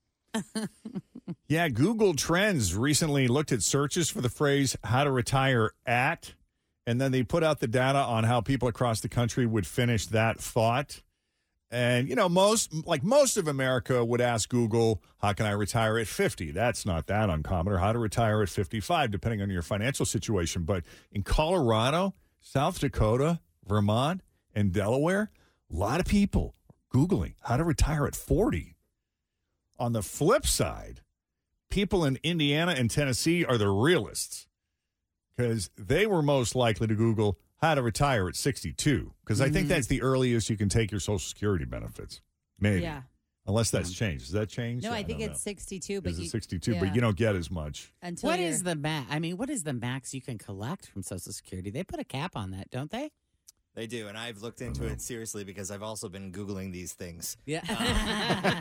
[SPEAKER 2] Yeah, Google Trends recently looked at searches for the phrase how to retire at, and then they put out the data on how people across the country would finish that thought. And, you know, most, like most of America would ask Google, how can I retire at 50? That's not that uncommon, or how to retire at 55, depending on your financial situation. But in Colorado, South Dakota, Vermont, and Delaware, a lot of people are Googling how to retire at 40. On the flip side, people in Indiana and Tennessee are the realists because they were most likely to Google how to retire at 62 because I
[SPEAKER 7] Mm-hmm.
[SPEAKER 2] think that's the earliest you can take your Social Security benefits. Maybe.
[SPEAKER 7] Yeah.
[SPEAKER 2] Unless that's changed. Does that change?
[SPEAKER 7] No, I think it's 62, but
[SPEAKER 2] Is
[SPEAKER 7] you,
[SPEAKER 2] it 62,
[SPEAKER 7] yeah.
[SPEAKER 2] but you don't get as much.
[SPEAKER 7] Until
[SPEAKER 3] What
[SPEAKER 7] you're-
[SPEAKER 3] is the max? I mean, what is the max you can collect from Social Security? They put a cap on that, don't they?
[SPEAKER 12] They do, and I've looked into it seriously because I've also been Googling these things.
[SPEAKER 3] Yeah.
[SPEAKER 12] Um,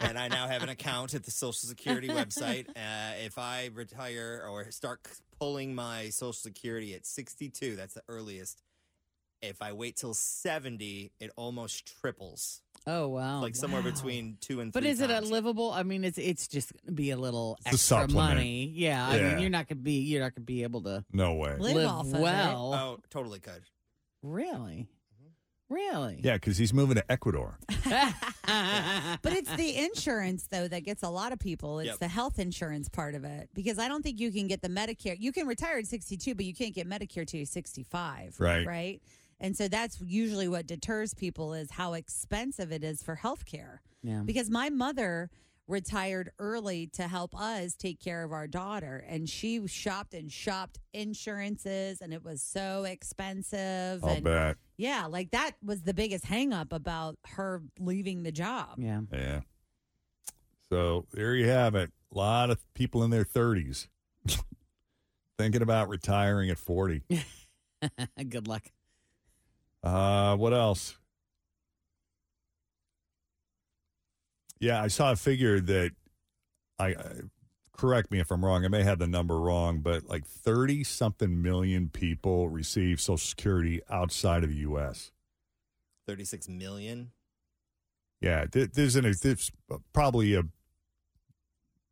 [SPEAKER 12] and I now have an account at the Social Security website. Uh, if I retire or start c- pulling my Social Security at 62, that's the earliest. If I wait till 70, it almost triples.
[SPEAKER 3] Oh wow!
[SPEAKER 12] like somewhere
[SPEAKER 3] Wow.
[SPEAKER 12] between two and
[SPEAKER 3] But
[SPEAKER 12] three
[SPEAKER 3] is it a
[SPEAKER 12] times.
[SPEAKER 3] livable? I mean, it's it's just gonna be a little
[SPEAKER 12] a
[SPEAKER 3] extra
[SPEAKER 12] supplement.
[SPEAKER 3] money. Yeah, I
[SPEAKER 12] Yeah.
[SPEAKER 3] mean, you're not gonna be you're not gonna be able to
[SPEAKER 2] No way.
[SPEAKER 3] live, well.
[SPEAKER 12] Oh, totally could.
[SPEAKER 3] Really, really.
[SPEAKER 2] Yeah, because he's moving to Ecuador.
[SPEAKER 7] but it's the insurance though that gets a lot of people. It's
[SPEAKER 2] Yep.
[SPEAKER 7] the health insurance part of it because I don't think you can get the Medicare. You can retire at 62, but you can't get Medicare till you're 65.
[SPEAKER 2] Right.
[SPEAKER 7] Right. And so that's usually what deters people is how expensive it is for health care.
[SPEAKER 3] Yeah.
[SPEAKER 7] Because my mother retired early to help us take care of our daughter and she shopped and shopped insurances and it was so expensive
[SPEAKER 2] I'll
[SPEAKER 7] and
[SPEAKER 2] bet.
[SPEAKER 7] yeah, like that was the biggest hang up about her leaving the job.
[SPEAKER 3] Yeah.
[SPEAKER 2] Yeah. So there you have it. A lot of people in their 30s thinking about retiring at 40.
[SPEAKER 3] Good luck.
[SPEAKER 2] Uh, what else? Yeah, I saw a figure that I, I correct me if I'm wrong. I may have the number wrong, but like 30 something million people receive Social Security outside of the U.S.
[SPEAKER 12] 36 million.
[SPEAKER 2] Yeah, th- there's an there's probably a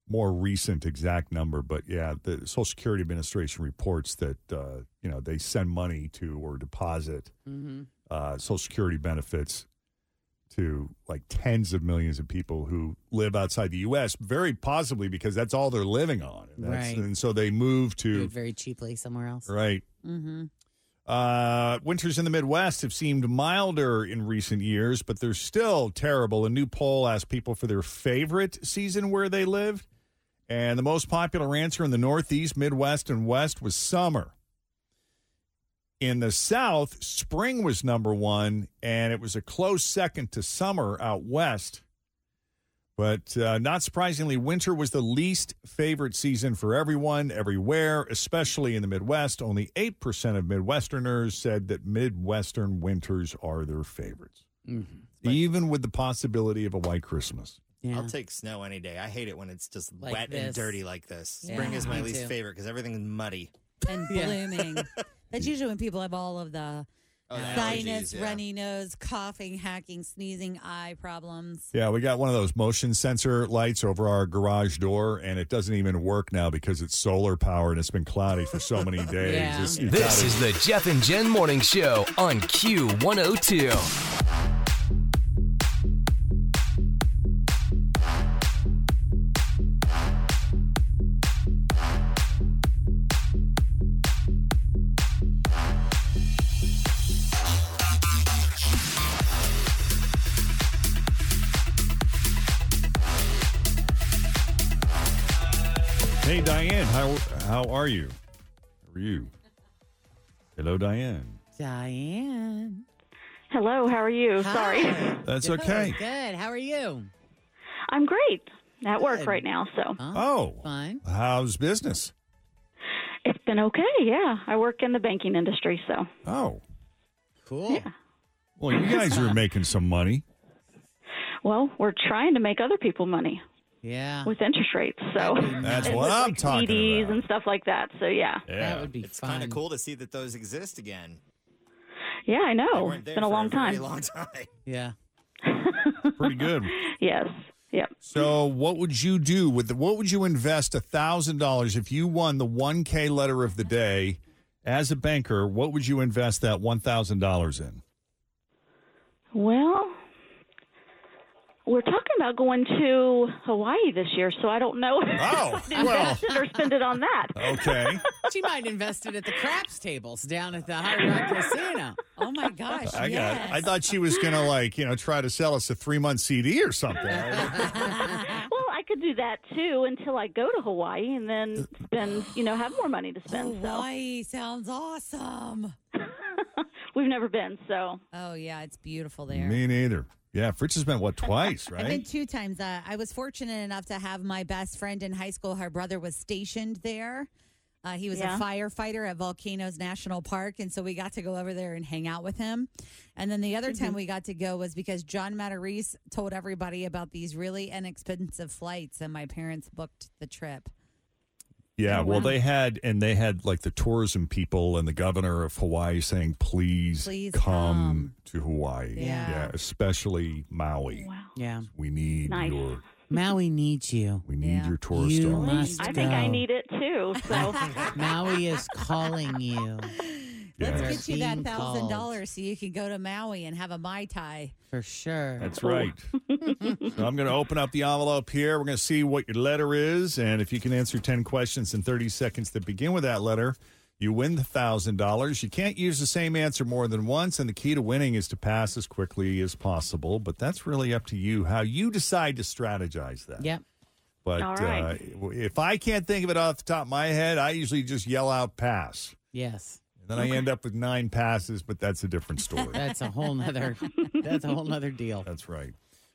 [SPEAKER 2] more recent exact number, but yeah, the Social Security Administration reports that uh, you know they send money to or deposit
[SPEAKER 3] Mm-hmm.
[SPEAKER 2] uh, Social Security benefits to like tens of millions of people who live outside the U.S. Very possibly because that's all they're living on, and that's-
[SPEAKER 3] Right.
[SPEAKER 2] And so they move
[SPEAKER 3] Do
[SPEAKER 2] to
[SPEAKER 3] it very cheaply somewhere else.
[SPEAKER 2] right.
[SPEAKER 7] Mm-hmm.
[SPEAKER 2] Uh, winters in the Midwest have seemed milder in recent years, but they're still terrible. A new poll asked people for their favorite season where they lived, and the most popular answer in the Northeast, Midwest, and West was summer. In the South, spring was number one, and it was a close second to summer out west. But uh, not surprisingly, winter was the least favorite season for everyone, everywhere, especially in the Midwest. Only 8% of Midwesterners said that Midwestern winters are their favorites,
[SPEAKER 3] Mm,
[SPEAKER 2] even with the possibility of a white Christmas.
[SPEAKER 12] I'll take snow any day. I hate it when it's just
[SPEAKER 3] Like
[SPEAKER 12] wet and
[SPEAKER 3] this.
[SPEAKER 12] dirty like this.
[SPEAKER 7] Yeah,
[SPEAKER 12] Spring is my
[SPEAKER 7] me
[SPEAKER 12] least
[SPEAKER 7] too.
[SPEAKER 12] favorite because everything's muddy.
[SPEAKER 7] And blooming. That's usually when people have all of the
[SPEAKER 12] Oh, the allergies,
[SPEAKER 7] sinus,
[SPEAKER 12] yeah.
[SPEAKER 7] runny nose, coughing, hacking, sneezing, eye problems.
[SPEAKER 2] Yeah, we got one of those motion sensor lights over our garage door, and it doesn't even work now because it's solar powered and it's been cloudy for so many days. It's- you
[SPEAKER 1] This
[SPEAKER 2] gotta-
[SPEAKER 1] is the Jeff and Jen Morning Show on Q102.
[SPEAKER 2] Hey, Diane, how how are you? How are you? Hello, Diane.
[SPEAKER 3] Diane.
[SPEAKER 17] Hello, how are you? Sorry.
[SPEAKER 2] That's okay.
[SPEAKER 3] Good. How are you?
[SPEAKER 17] I'm great. At work
[SPEAKER 2] Good.
[SPEAKER 17] right now, so
[SPEAKER 2] Oh,
[SPEAKER 3] fine.
[SPEAKER 2] How's business?
[SPEAKER 17] it's been okay. Yeah, I work in the banking industry, so
[SPEAKER 2] Oh,
[SPEAKER 3] cool.
[SPEAKER 2] Well, you guys are making some money.
[SPEAKER 17] Well, we're trying to make other people money
[SPEAKER 3] Yeah.
[SPEAKER 17] with interest rates. So
[SPEAKER 2] That's
[SPEAKER 17] It
[SPEAKER 2] what
[SPEAKER 17] was
[SPEAKER 2] I'm
[SPEAKER 17] like
[SPEAKER 2] talking
[SPEAKER 17] CDs and stuff like that. So yeah.
[SPEAKER 2] Yeah.
[SPEAKER 3] would be
[SPEAKER 12] It's kind of cool to see that those exist again.
[SPEAKER 17] Yeah, I know.
[SPEAKER 12] weren't
[SPEAKER 17] It's
[SPEAKER 12] there
[SPEAKER 17] been a
[SPEAKER 12] for
[SPEAKER 17] long
[SPEAKER 12] very
[SPEAKER 17] time.
[SPEAKER 12] long time.
[SPEAKER 3] Yeah.
[SPEAKER 2] Pretty good.
[SPEAKER 17] Yes. Yep.
[SPEAKER 2] So, what would you do with the, what would you invest a thousand dollars if you won the one K letter of the day as a banker? What would you invest that one thousand dollars in?
[SPEAKER 17] Well, we're talking about going to Hawaii this year, so I don't know.
[SPEAKER 2] Oh,
[SPEAKER 17] if I'd invest it or spend it on that.
[SPEAKER 2] Okay,
[SPEAKER 3] she might invest it at the craps tables down at the Hard Rock Casino.
[SPEAKER 7] Oh my gosh.
[SPEAKER 2] I got.
[SPEAKER 7] yes.
[SPEAKER 2] it. I thought she was gonna like you know try to sell us a three month CD or something. Uh-huh.
[SPEAKER 17] Well, I could do that too until I go to Hawaii and then spend, you know, have more money to spend. So
[SPEAKER 7] Hawaii sounds awesome.
[SPEAKER 17] we've never been, so
[SPEAKER 7] Oh yeah, it's beautiful there.
[SPEAKER 2] Me neither. Yeah, Fritz has been what twice,
[SPEAKER 7] I've been
[SPEAKER 2] right?
[SPEAKER 7] two times. Uh, I was fortunate enough to have my best friend in high school. Her brother was stationed there. Uh, he was
[SPEAKER 17] Yeah.
[SPEAKER 7] a firefighter at Volcanoes National Park, and so we got to go over there and hang out with him. And then the other time we got to go was because John Matarese told everybody about these really inexpensive flights, and my parents booked the trip.
[SPEAKER 2] Yeah. Well, they had and they had like the tourism people and the governor of Hawaii saying, "Please,
[SPEAKER 7] Please
[SPEAKER 2] come, to Hawaii."
[SPEAKER 3] Yeah.
[SPEAKER 2] especially Maui.
[SPEAKER 3] Yeah.
[SPEAKER 2] We need
[SPEAKER 17] Nice.
[SPEAKER 2] your
[SPEAKER 3] Maui needs you.
[SPEAKER 2] we need your tourist
[SPEAKER 3] You
[SPEAKER 2] dollars.
[SPEAKER 3] must
[SPEAKER 17] I think I
[SPEAKER 3] go.
[SPEAKER 17] need it too. So
[SPEAKER 3] Maui is calling you.
[SPEAKER 7] Let's
[SPEAKER 3] Yes.
[SPEAKER 7] get you that
[SPEAKER 3] Being called.
[SPEAKER 7] thousand dollars so you can go to Maui and have a mai tai.
[SPEAKER 3] For sure.
[SPEAKER 2] That's right. so I'm going to open up the envelope here. We're going to see what your letter is. And if you can answer 10 questions in 30 seconds that begin with that letter, you win the $1,000. You can't use the same answer more than once. And the key to winning is to pass as quickly as possible. But that's really up to you how you decide to strategize that.
[SPEAKER 3] Yep.
[SPEAKER 2] But
[SPEAKER 17] All right.
[SPEAKER 2] uh, if I can't think of it off the top of my head, I usually just yell out pass.
[SPEAKER 3] Yes.
[SPEAKER 2] And then I end up with nine passes, but that's a different story.
[SPEAKER 3] That's a whole nother that's a whole nother deal.
[SPEAKER 2] That's right.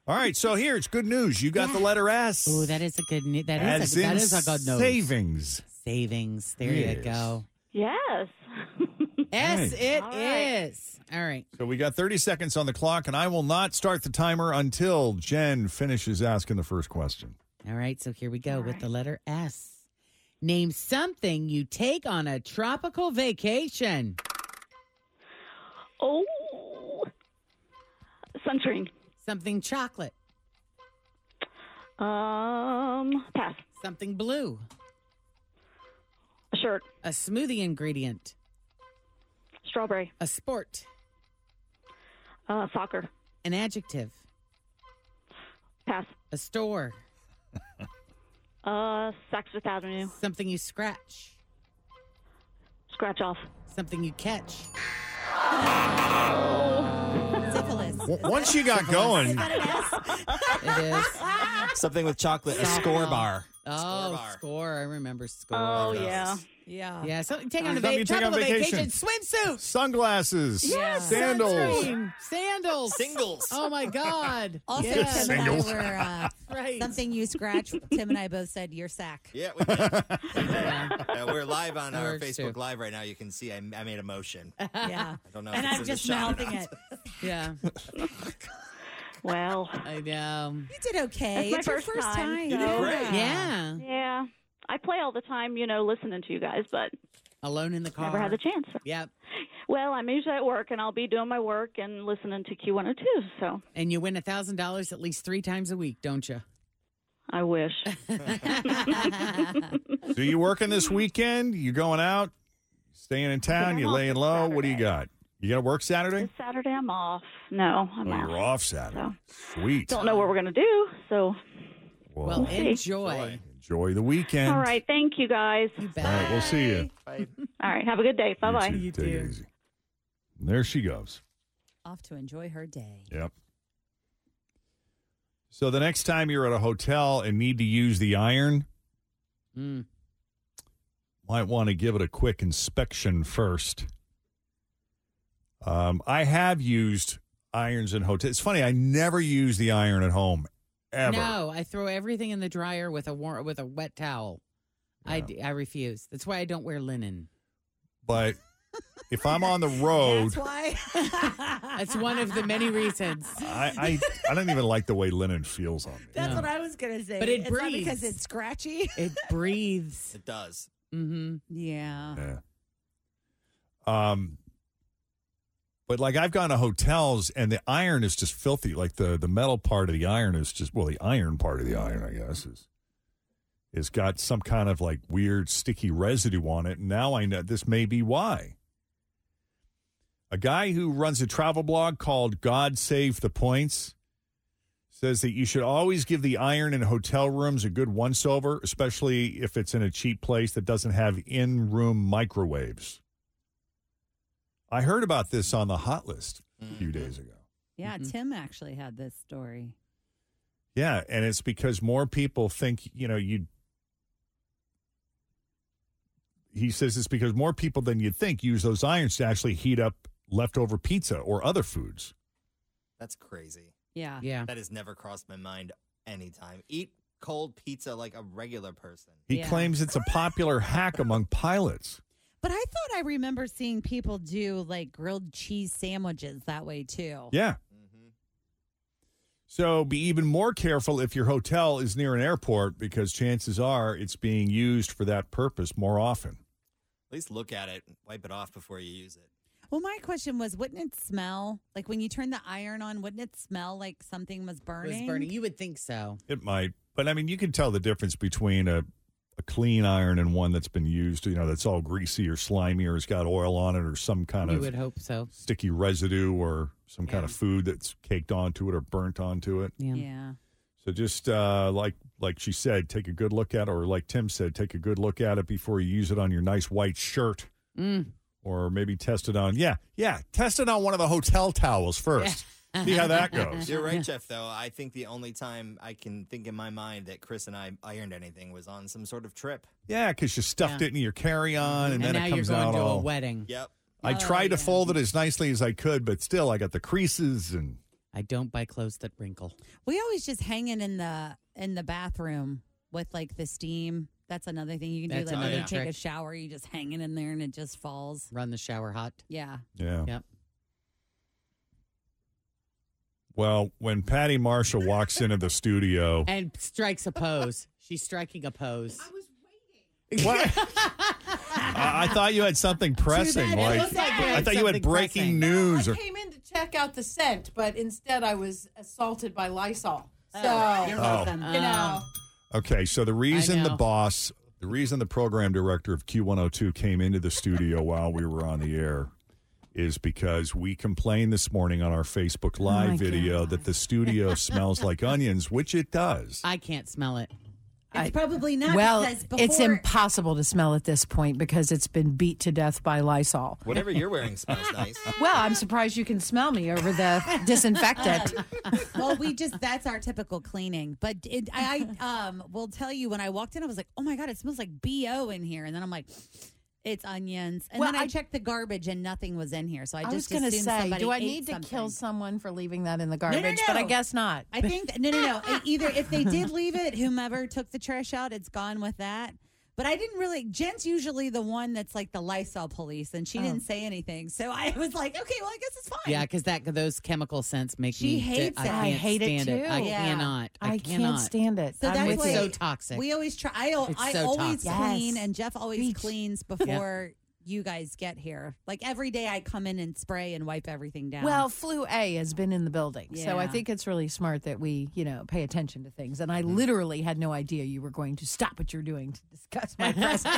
[SPEAKER 2] All right, so here it's good news. You got the letter S.
[SPEAKER 3] Oh, that is a good ne- that
[SPEAKER 2] As
[SPEAKER 3] is a, that
[SPEAKER 2] in
[SPEAKER 3] is a good note.
[SPEAKER 2] savings.
[SPEAKER 3] Savings. There
[SPEAKER 2] Yes.
[SPEAKER 3] you go.
[SPEAKER 17] yes.
[SPEAKER 3] Yes,
[SPEAKER 2] Right.
[SPEAKER 3] it is.
[SPEAKER 17] All
[SPEAKER 3] All
[SPEAKER 17] right.
[SPEAKER 3] right.
[SPEAKER 2] So we got 30 seconds on the clock, and I will not start the timer until Jen finishes asking the first question.
[SPEAKER 3] All right. So here we go with the letter S. Name something you take on a tropical vacation.
[SPEAKER 17] Oh, sunscreen.
[SPEAKER 3] Something chocolate.
[SPEAKER 17] Um, pass.
[SPEAKER 3] Something blue.
[SPEAKER 17] A shirt.
[SPEAKER 3] A smoothie ingredient.
[SPEAKER 17] Strawberry.
[SPEAKER 3] A sport.
[SPEAKER 17] Uh, soccer.
[SPEAKER 3] An adjective.
[SPEAKER 17] Pass.
[SPEAKER 3] A store.
[SPEAKER 17] Uh, Saks Fifth Avenue.
[SPEAKER 3] Something you scratch.
[SPEAKER 17] Scratch off.
[SPEAKER 3] Something you catch.
[SPEAKER 7] Syphilis.
[SPEAKER 2] W- once you got going,
[SPEAKER 3] It is.
[SPEAKER 12] Something with chocolate, a score bar.
[SPEAKER 3] Oh, score,
[SPEAKER 12] bar.
[SPEAKER 3] I remember score.
[SPEAKER 17] Oh yeah.
[SPEAKER 7] Yeah.
[SPEAKER 3] Yeah, so take on a
[SPEAKER 2] Uh, Something
[SPEAKER 3] va-
[SPEAKER 2] you take on
[SPEAKER 3] tropical vacation.
[SPEAKER 2] vacation.
[SPEAKER 3] Swimsuit.
[SPEAKER 2] sunglasses,
[SPEAKER 3] Yes,
[SPEAKER 2] sandals.
[SPEAKER 3] sunscreen, Sandals.
[SPEAKER 12] Singles.
[SPEAKER 3] Oh my god.
[SPEAKER 7] Also,
[SPEAKER 3] yes.
[SPEAKER 7] Tim and I
[SPEAKER 2] Singles.
[SPEAKER 7] were uh,
[SPEAKER 3] right.
[SPEAKER 7] something you scratch. Tim and I both said your sack.
[SPEAKER 12] Yeah, we did. Yeah, we're live on
[SPEAKER 3] That
[SPEAKER 12] our
[SPEAKER 3] works,
[SPEAKER 12] Facebook
[SPEAKER 3] too.
[SPEAKER 12] Live right now. You can see I, I made a motion. I
[SPEAKER 7] Yeah.
[SPEAKER 12] don't know.
[SPEAKER 7] and
[SPEAKER 12] if it's
[SPEAKER 7] I'm
[SPEAKER 12] in the
[SPEAKER 7] just
[SPEAKER 12] shot or
[SPEAKER 7] mouthing
[SPEAKER 12] not.
[SPEAKER 7] it.
[SPEAKER 3] Yeah.
[SPEAKER 17] Well.
[SPEAKER 3] I know.
[SPEAKER 7] You did okay.
[SPEAKER 17] That's my
[SPEAKER 7] it's your
[SPEAKER 17] first
[SPEAKER 7] first
[SPEAKER 17] time.
[SPEAKER 7] time.
[SPEAKER 12] You did
[SPEAKER 7] though.
[SPEAKER 12] great.
[SPEAKER 3] Yeah.
[SPEAKER 17] Yeah. I play all the time, you know, listening to you guys, but
[SPEAKER 3] Alone in the car.
[SPEAKER 17] never had the chance.
[SPEAKER 3] Yep.
[SPEAKER 17] Well, I'm usually at work, and I'll be doing my work and listening to Q102. So
[SPEAKER 3] And you win a thousand dollars at least three times a week, don't you?
[SPEAKER 17] I wish.
[SPEAKER 2] So you working this weekend? You going out? Staying in town?
[SPEAKER 17] I'm
[SPEAKER 2] You
[SPEAKER 17] off
[SPEAKER 2] laying
[SPEAKER 17] this
[SPEAKER 2] low? What do you got?
[SPEAKER 17] Saturday.
[SPEAKER 2] You got to work Saturday?
[SPEAKER 17] This Saturday I'm off. No,
[SPEAKER 2] Oh,
[SPEAKER 17] I'm
[SPEAKER 2] you're
[SPEAKER 17] out.
[SPEAKER 2] off Saturday. Sweet.
[SPEAKER 17] Don't know what we're gonna do. So
[SPEAKER 2] Well,
[SPEAKER 3] Well,
[SPEAKER 17] see.
[SPEAKER 3] enjoy.
[SPEAKER 2] enjoy the weekend.
[SPEAKER 17] all right, thank you guys.
[SPEAKER 3] You
[SPEAKER 2] All right,
[SPEAKER 3] bet.
[SPEAKER 2] we'll see you.
[SPEAKER 17] All right, have a good day. Bye bye.
[SPEAKER 2] You too. Take it easy. And there she goes.
[SPEAKER 7] Off to enjoy her day.
[SPEAKER 2] Yep. So the next time you're at a hotel and need to use the iron,
[SPEAKER 3] Mm.
[SPEAKER 2] might want to give it a quick inspection first. Um, I have used irons in hotels. It's funny, I never use the iron at home ever.
[SPEAKER 3] No, I throw everything in the dryer with a war- with a wet towel. I
[SPEAKER 2] Yeah.
[SPEAKER 3] d I I refuse. That's why I don't wear linen.
[SPEAKER 2] But If I'm on the road,
[SPEAKER 3] That's why. That's one of the many reasons.
[SPEAKER 2] I, I I don't even like the way linen feels on me.
[SPEAKER 18] That's what I was gonna say.
[SPEAKER 3] But it
[SPEAKER 18] it's not
[SPEAKER 3] breathes.
[SPEAKER 18] because it's scratchy.
[SPEAKER 3] It breathes.
[SPEAKER 12] It does.
[SPEAKER 3] Mm-hmm.
[SPEAKER 7] Yeah.
[SPEAKER 2] Yeah. Um, but like I've gone to hotels and the iron is just filthy. Like the the metal part of the iron is just well, the iron part of the iron, I guess, is is got some kind of like weird sticky residue on it. Now I know this may be why. A guy who runs a travel blog called God Save the Points says that you should always give the iron in hotel rooms a good once over, especially if it's in a cheap place that doesn't have in room microwaves. I heard about this on the hot list a few days ago.
[SPEAKER 7] Yeah,
[SPEAKER 3] Mm-hmm.
[SPEAKER 7] Tim actually had this story.
[SPEAKER 2] Yeah, and it's because more people think, you know, you He says it's because more people than you'd think use those irons to actually heat up leftover pizza or other foods.
[SPEAKER 12] That's crazy.
[SPEAKER 7] Yeah.
[SPEAKER 3] Yeah.
[SPEAKER 12] That has never crossed my mind anytime. Eat cold pizza like a regular person.
[SPEAKER 2] He claims it's a popular hack among pilots.
[SPEAKER 7] But I thought I remember seeing people do like grilled cheese sandwiches that way too.
[SPEAKER 2] Yeah. So be even more careful if your hotel is near an airport because chances are it's being used for that purpose more often.
[SPEAKER 12] At least look at it, and wipe it off before you use it.
[SPEAKER 7] Well, my question was, wouldn't it smell like when you turn the iron on? Wouldn't it smell like something was burning?
[SPEAKER 3] Was burning. You would think so.
[SPEAKER 2] It might, but I mean, you can tell the difference between a a clean iron and one that's been used, you know, that's all greasy or slimy or has got oil on it or some kind
[SPEAKER 3] you
[SPEAKER 2] of
[SPEAKER 3] would hope so.
[SPEAKER 2] sticky residue or some kind of food that's caked onto it or burnt onto it.
[SPEAKER 3] Yeah.
[SPEAKER 2] So just uh, like like she said, take a good look at it, or like Tim said, take a good look at it before you use it on your nice white shirt,
[SPEAKER 3] Mm.
[SPEAKER 2] or maybe test it on yeah yeah test it on one of the hotel towels first. See how that goes.
[SPEAKER 12] You're right, Jeff, though. I think the only time I can think in my mind that Chris and I ironed anything was on some sort of trip.
[SPEAKER 2] Yeah, because you stuffed
[SPEAKER 12] Yeah. Mm-hmm.
[SPEAKER 2] it in your carry on, and,
[SPEAKER 12] And
[SPEAKER 2] then
[SPEAKER 12] now
[SPEAKER 2] it
[SPEAKER 12] you're
[SPEAKER 2] comes
[SPEAKER 12] going
[SPEAKER 2] out
[SPEAKER 12] to a
[SPEAKER 2] all.
[SPEAKER 3] wedding.
[SPEAKER 12] Yep.
[SPEAKER 2] I tried to fold it as nicely as I could, but still, I got the creases and.
[SPEAKER 3] I don't buy clothes that wrinkle.
[SPEAKER 7] We always just hang it in the in the bathroom with like the steam. That's another thing you can
[SPEAKER 3] That's
[SPEAKER 7] do. Like when
[SPEAKER 3] another
[SPEAKER 7] you take a
[SPEAKER 3] trick.
[SPEAKER 7] shower, you just hang it in there and it just falls.
[SPEAKER 3] Run the shower hot.
[SPEAKER 7] Yeah.
[SPEAKER 2] Yeah.
[SPEAKER 3] Yep.
[SPEAKER 2] Well, when Patty Marshall walks into the studio,
[SPEAKER 3] And strikes a pose. She's striking a pose. I was waiting.
[SPEAKER 2] I, I thought you had something pressing.
[SPEAKER 18] It
[SPEAKER 2] Like,
[SPEAKER 18] looks like you
[SPEAKER 2] I
[SPEAKER 18] had
[SPEAKER 2] thought you had
[SPEAKER 18] something pressing.
[SPEAKER 2] breaking news.
[SPEAKER 18] Oh, I
[SPEAKER 2] Or,
[SPEAKER 18] came in to check out the scent, but instead I was assaulted by Lysol.
[SPEAKER 7] Oh,
[SPEAKER 18] So Oh.
[SPEAKER 2] you're welcome.
[SPEAKER 18] you know,
[SPEAKER 2] okay, so the reason the boss, the reason the program director of Q102 came into the studio while we were on the air is because we complained this morning on our Facebook Live video that the studio smells like onions, which it does.
[SPEAKER 3] I can't smell it.
[SPEAKER 18] It's
[SPEAKER 7] probably not
[SPEAKER 18] Well,
[SPEAKER 7] because before
[SPEAKER 18] it's impossible to smell at this point because it's been beat to death by Lysol.
[SPEAKER 12] Whatever you're wearing smells nice.
[SPEAKER 18] Well, I'm surprised you can smell me over the disinfectant.
[SPEAKER 7] well, we just that's our typical cleaning. But it, I, I um will tell you when I walked in, I was like, oh my god, it smells like bo in here, and then I'm like. It's onions, and
[SPEAKER 18] Well,
[SPEAKER 7] then I,
[SPEAKER 18] I-
[SPEAKER 7] checked the garbage and nothing was in here. So I,
[SPEAKER 18] I,
[SPEAKER 7] just
[SPEAKER 18] was going to
[SPEAKER 7] assumed
[SPEAKER 18] say,
[SPEAKER 7] somebody
[SPEAKER 18] do I
[SPEAKER 7] ate
[SPEAKER 18] need to
[SPEAKER 7] something.
[SPEAKER 18] kill someone for leaving that in the
[SPEAKER 7] No,
[SPEAKER 18] garbage?
[SPEAKER 7] no,
[SPEAKER 18] But I
[SPEAKER 7] no.
[SPEAKER 18] guess not.
[SPEAKER 7] I think that- no, no, no. I- Either if they did leave it, whomever took the trash out, it's gone with that. But I didn't really. Jen's usually the one that's like the Lysol police, and she didn't
[SPEAKER 18] Oh.
[SPEAKER 7] say anything. So I was like, okay, well, I guess it's fine.
[SPEAKER 3] Yeah, because that those chemical scents make
[SPEAKER 7] She
[SPEAKER 3] me.
[SPEAKER 7] hates
[SPEAKER 3] I
[SPEAKER 7] it.
[SPEAKER 3] can't
[SPEAKER 7] I hate it
[SPEAKER 3] stand it. I
[SPEAKER 7] too. Yeah.
[SPEAKER 3] cannot. I,
[SPEAKER 18] I can't
[SPEAKER 3] cannot
[SPEAKER 18] stand it.
[SPEAKER 7] So
[SPEAKER 18] I'm
[SPEAKER 7] that's
[SPEAKER 18] with
[SPEAKER 7] why
[SPEAKER 18] you.
[SPEAKER 3] So toxic.
[SPEAKER 7] We always try. I,
[SPEAKER 3] It's
[SPEAKER 7] I
[SPEAKER 3] so
[SPEAKER 7] always
[SPEAKER 3] toxic.
[SPEAKER 7] clean,
[SPEAKER 18] Yes.
[SPEAKER 7] and Jeff always cleans before you guys get here. Like every day, I come in and spray and wipe everything down.
[SPEAKER 18] Well, flu A has been in the building, so I
[SPEAKER 7] Yeah.
[SPEAKER 18] think it's really smart that we, you know, pay attention to things. And
[SPEAKER 7] Mm-hmm.
[SPEAKER 18] I literally had no idea you were going to stop what you're doing to discuss my presence.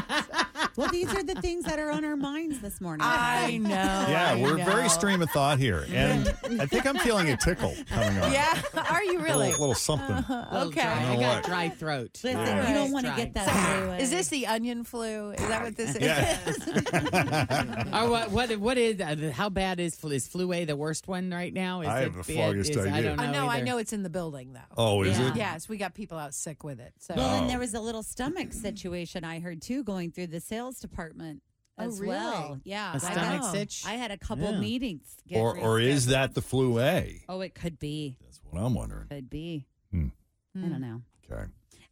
[SPEAKER 7] well, these are the things that are on our minds this morning.
[SPEAKER 18] I know.
[SPEAKER 7] Oh,
[SPEAKER 2] yeah,
[SPEAKER 18] I
[SPEAKER 2] we're very
[SPEAKER 18] know.
[SPEAKER 2] stream of thought here. And I think I'm feeling a tickle coming on.
[SPEAKER 18] Yeah, are you
[SPEAKER 2] A
[SPEAKER 18] really?
[SPEAKER 2] little, little something.
[SPEAKER 3] Little
[SPEAKER 18] okay.
[SPEAKER 3] dry-
[SPEAKER 2] You
[SPEAKER 3] I
[SPEAKER 2] know
[SPEAKER 3] got
[SPEAKER 2] what?
[SPEAKER 3] dry throat.
[SPEAKER 7] Listen,
[SPEAKER 2] Yeah.
[SPEAKER 7] you don't want to
[SPEAKER 3] Dry.
[SPEAKER 7] get that. right away.
[SPEAKER 18] Is this the onion flu? Is that what this is?
[SPEAKER 3] Or what? What? What is? Uh, how bad is flu? Is flu A the worst one right now? Is
[SPEAKER 2] I
[SPEAKER 3] it
[SPEAKER 2] have the
[SPEAKER 3] bad?
[SPEAKER 2] foggiest
[SPEAKER 3] Is- I
[SPEAKER 2] idea.
[SPEAKER 3] don't know.
[SPEAKER 18] I know, I
[SPEAKER 3] either.
[SPEAKER 18] know it's in the building though.
[SPEAKER 2] Oh, is
[SPEAKER 7] Yeah.
[SPEAKER 2] it?
[SPEAKER 18] Yes, we got people out sick with it. So
[SPEAKER 7] Well,
[SPEAKER 2] Oh.
[SPEAKER 7] and there was a little stomach situation I heard too going through the sales department
[SPEAKER 18] Oh,
[SPEAKER 7] as
[SPEAKER 18] really?
[SPEAKER 7] well. Yeah,
[SPEAKER 3] A
[SPEAKER 7] I
[SPEAKER 3] stomach
[SPEAKER 7] got-
[SPEAKER 3] sitch?
[SPEAKER 7] I had a couple
[SPEAKER 3] Yeah.
[SPEAKER 7] meetings. get
[SPEAKER 2] Or, or is
[SPEAKER 7] rescheduled.
[SPEAKER 2] that the flu A?
[SPEAKER 7] Oh, it could be.
[SPEAKER 2] That's what I'm wondering.
[SPEAKER 7] Could be.
[SPEAKER 2] Hmm.
[SPEAKER 7] I don't know.
[SPEAKER 2] Okay.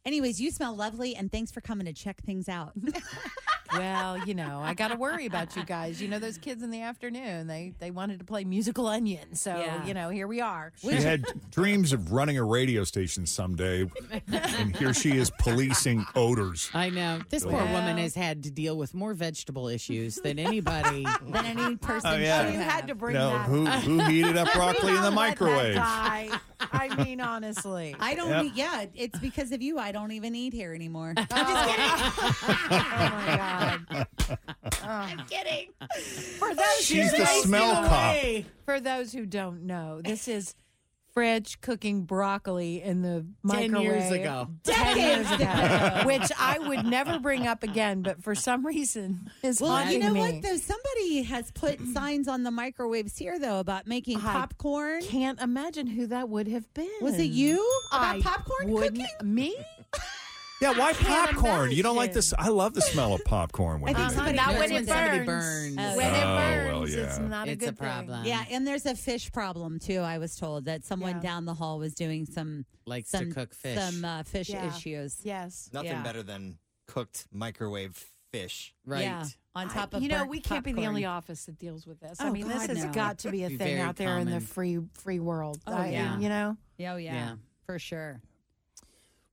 [SPEAKER 7] Anyways, you smell lovely, and thanks for coming to check things out.
[SPEAKER 18] well, you know, I got to worry about you guys. You know, those kids in the afternoon, they they wanted to play musical onion. So,
[SPEAKER 7] Yeah.
[SPEAKER 18] you know, here we are.
[SPEAKER 2] She had dreams of running a radio station someday, and here she is policing odors.
[SPEAKER 3] I know. This poor woman has had to deal with more vegetable issues than anybody. Uh,
[SPEAKER 7] than any person.
[SPEAKER 2] Oh, yeah.
[SPEAKER 18] You had to bring
[SPEAKER 2] No,
[SPEAKER 18] that.
[SPEAKER 2] who- who heated up broccoli in the microwave?
[SPEAKER 18] I, I mean, honestly,
[SPEAKER 7] I don't.
[SPEAKER 2] Yep.
[SPEAKER 7] eat- Yeah, it's because of you. I don't even eat here anymore.
[SPEAKER 18] Oh I'm kidding. For those
[SPEAKER 2] She's
[SPEAKER 18] who
[SPEAKER 2] the
[SPEAKER 18] don't
[SPEAKER 2] smell
[SPEAKER 18] know-
[SPEAKER 2] cop.
[SPEAKER 18] For those who don't know, this is French cooking broccoli in the
[SPEAKER 3] Ten
[SPEAKER 18] microwave.
[SPEAKER 3] years ago.
[SPEAKER 18] Ten years
[SPEAKER 3] ago.
[SPEAKER 18] ago, which I would never bring up again, but for some reason is
[SPEAKER 7] Well, you
[SPEAKER 18] haunting
[SPEAKER 7] know
[SPEAKER 18] me.
[SPEAKER 7] what though? Somebody has put signs on the microwaves here though about making popcorn.
[SPEAKER 18] Can't imagine who that would have been.
[SPEAKER 7] Was it you about
[SPEAKER 18] I
[SPEAKER 7] popcorn
[SPEAKER 18] wouldn't-
[SPEAKER 7] cooking?
[SPEAKER 18] Me?
[SPEAKER 2] Yeah, why popcorn? You don't like this? I love the smell of popcorn when
[SPEAKER 7] I think
[SPEAKER 2] they
[SPEAKER 7] somebody
[SPEAKER 18] Uh-huh. Not when
[SPEAKER 7] knows
[SPEAKER 18] it
[SPEAKER 7] somebody
[SPEAKER 18] burns.
[SPEAKER 7] burns.
[SPEAKER 18] When it
[SPEAKER 2] Oh,
[SPEAKER 18] burns,
[SPEAKER 2] well,
[SPEAKER 18] it's
[SPEAKER 2] yeah.
[SPEAKER 18] not a
[SPEAKER 3] It's
[SPEAKER 18] good
[SPEAKER 3] a problem.
[SPEAKER 7] Yeah, and there's a fish problem too. I was told that someone
[SPEAKER 18] Yeah.
[SPEAKER 7] down the hall was doing some
[SPEAKER 3] Likes to
[SPEAKER 7] some
[SPEAKER 3] cook fish.
[SPEAKER 7] some uh, fish
[SPEAKER 18] Yeah.
[SPEAKER 7] issues.
[SPEAKER 18] Thing. Yes.
[SPEAKER 12] Nothing
[SPEAKER 7] Yeah.
[SPEAKER 12] better than cooked microwave fish.
[SPEAKER 3] Right.
[SPEAKER 7] Yeah, on
[SPEAKER 18] I-
[SPEAKER 7] top of
[SPEAKER 18] you know
[SPEAKER 7] burnt
[SPEAKER 18] we can't be the
[SPEAKER 7] popcorn.
[SPEAKER 18] only office that deals with this. I
[SPEAKER 7] Oh,
[SPEAKER 18] mean, this
[SPEAKER 7] God,
[SPEAKER 18] has
[SPEAKER 7] no.
[SPEAKER 18] got to be a
[SPEAKER 3] Be
[SPEAKER 18] thing
[SPEAKER 3] very
[SPEAKER 18] out there in the
[SPEAKER 3] common.
[SPEAKER 18] free free world.
[SPEAKER 7] Oh,
[SPEAKER 18] I-
[SPEAKER 7] yeah.
[SPEAKER 18] you know.
[SPEAKER 7] Oh yeah,
[SPEAKER 3] Yeah.
[SPEAKER 7] for sure.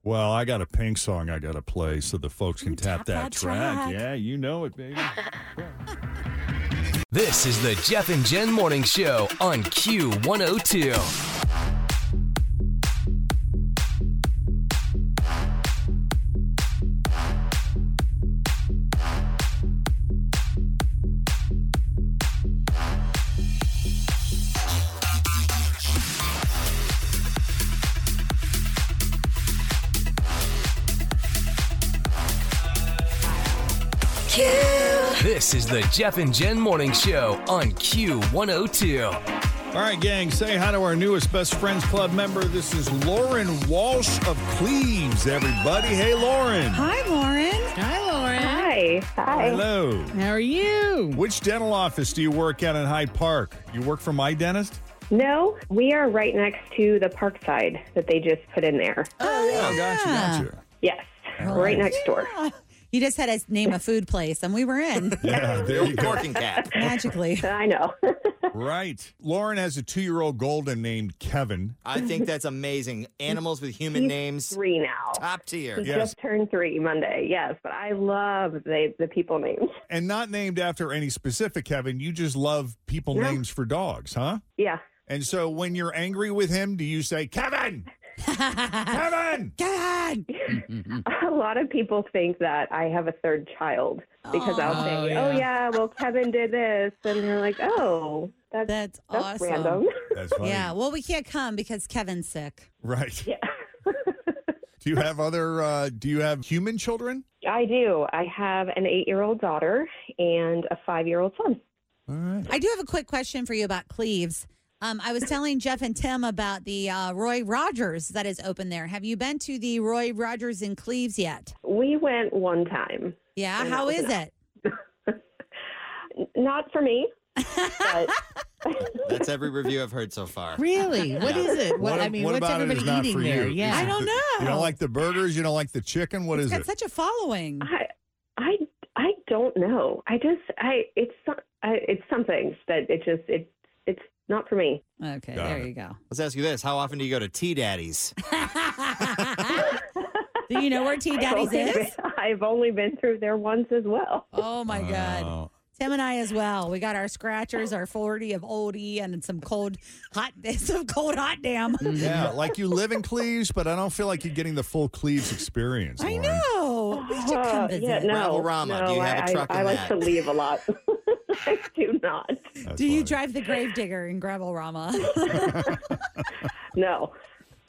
[SPEAKER 2] Well, I got a pink song I got to play so the folks can tap,
[SPEAKER 18] that
[SPEAKER 2] that, track.
[SPEAKER 18] track.
[SPEAKER 2] Yeah, you know it, baby.
[SPEAKER 1] This is the Jeff and Jen Morning Show on Q102. This is the Jeff and Jen Morning Show on Q102.
[SPEAKER 2] All right, gang, say hi to our newest Best Friends Club member. This is Lauren Walsh of Cleves, everybody. Hey, Lauren.
[SPEAKER 7] Hi, Lauren.
[SPEAKER 3] Hi, Lauren.
[SPEAKER 13] Hi. Hi.
[SPEAKER 2] Hello.
[SPEAKER 3] How are you?
[SPEAKER 2] Which dental office do you work at in Hyde Park? You work for my dentist?
[SPEAKER 13] No, we are right next to the park side that they just put in there.
[SPEAKER 2] Oh, gotcha, gotcha.
[SPEAKER 13] Yes, right next door.
[SPEAKER 7] You just had us name a food place, and we were in
[SPEAKER 2] Yeah, there you go.
[SPEAKER 12] Corking cat.
[SPEAKER 7] magically.
[SPEAKER 13] I know.
[SPEAKER 2] right. Lauren has a two year old golden named Kevin.
[SPEAKER 12] I think that's amazing. Animals with human names,
[SPEAKER 13] three now.
[SPEAKER 12] top tier.
[SPEAKER 13] He
[SPEAKER 2] Yes.
[SPEAKER 13] just turned three Monday. Yes, but I love the the people names.
[SPEAKER 2] And not named after any specific Kevin. You just love people
[SPEAKER 13] Yeah.
[SPEAKER 2] names for dogs, huh?
[SPEAKER 13] Yeah.
[SPEAKER 2] And so when you're angry with him, do you say, Kevin? Kevin!
[SPEAKER 7] God,
[SPEAKER 13] A lot of people think that I have a third child because I'll
[SPEAKER 3] Oh,
[SPEAKER 13] say,
[SPEAKER 3] yeah.
[SPEAKER 13] "Oh yeah, well Kevin did this," and they're like, "Oh, that's that's,
[SPEAKER 7] that's awesome.
[SPEAKER 13] random."
[SPEAKER 2] That's funny.
[SPEAKER 7] Yeah, well, we can't come because Kevin's sick.
[SPEAKER 2] Right.
[SPEAKER 13] Yeah.
[SPEAKER 2] Do you have other, uh, do you have human children?
[SPEAKER 13] I do. I have an eight-year-old daughter and a five-year-old son.
[SPEAKER 2] All right.
[SPEAKER 7] I do have a quick question for you about Cleves. Um, I was telling Jeff and Tim about the uh, Roy Rogers that is open there. Have you been to the Roy Rogers in Cleves yet?
[SPEAKER 13] We went one time,
[SPEAKER 7] Yeah,
[SPEAKER 13] No,
[SPEAKER 7] how is it?
[SPEAKER 13] N- not for me, but
[SPEAKER 12] That's every review I've heard so far.
[SPEAKER 3] Really? What is it? What,
[SPEAKER 2] What-
[SPEAKER 3] I mean,
[SPEAKER 2] what
[SPEAKER 3] what's
[SPEAKER 2] about it is
[SPEAKER 3] everybody
[SPEAKER 2] not
[SPEAKER 3] eating
[SPEAKER 2] for
[SPEAKER 3] there?
[SPEAKER 2] you?
[SPEAKER 3] Yeah.
[SPEAKER 7] I don't know.
[SPEAKER 2] You don't like the burgers? You don't like the chicken? What is
[SPEAKER 7] It's got
[SPEAKER 2] it?
[SPEAKER 7] such a following.
[SPEAKER 13] I, I, I don't know. I just, I, it's, so- I, it's something that it just, it, it's not for me.
[SPEAKER 7] Okay,
[SPEAKER 2] Got
[SPEAKER 7] there
[SPEAKER 2] it.
[SPEAKER 7] you go.
[SPEAKER 12] Let's ask you this: How often do you go to Tea Daddy's?
[SPEAKER 7] Do you know where Tea Daddy's
[SPEAKER 13] I've only
[SPEAKER 7] is?
[SPEAKER 13] been- I've only been through there once as well.
[SPEAKER 7] Oh my God.
[SPEAKER 2] Wow.
[SPEAKER 7] Tim and I as well. We got our scratchers, our 40 of oldie, and some cold hot some cold hot damn.
[SPEAKER 2] Yeah, like you live in Cleves, but I don't feel like you're getting the full Cleves experience.
[SPEAKER 7] I
[SPEAKER 2] Lauren.
[SPEAKER 7] know. We should
[SPEAKER 13] Uh,
[SPEAKER 7] come visit.
[SPEAKER 13] yeah, no,
[SPEAKER 12] Ravelrama,
[SPEAKER 13] no,
[SPEAKER 12] do you have a
[SPEAKER 13] I-
[SPEAKER 12] truck
[SPEAKER 13] I,
[SPEAKER 12] in
[SPEAKER 13] I like
[SPEAKER 12] that?
[SPEAKER 13] to leave a lot. I do not.
[SPEAKER 2] That's
[SPEAKER 7] Do you
[SPEAKER 2] funny.
[SPEAKER 7] drive the gravedigger in Gravel Rama?
[SPEAKER 13] No,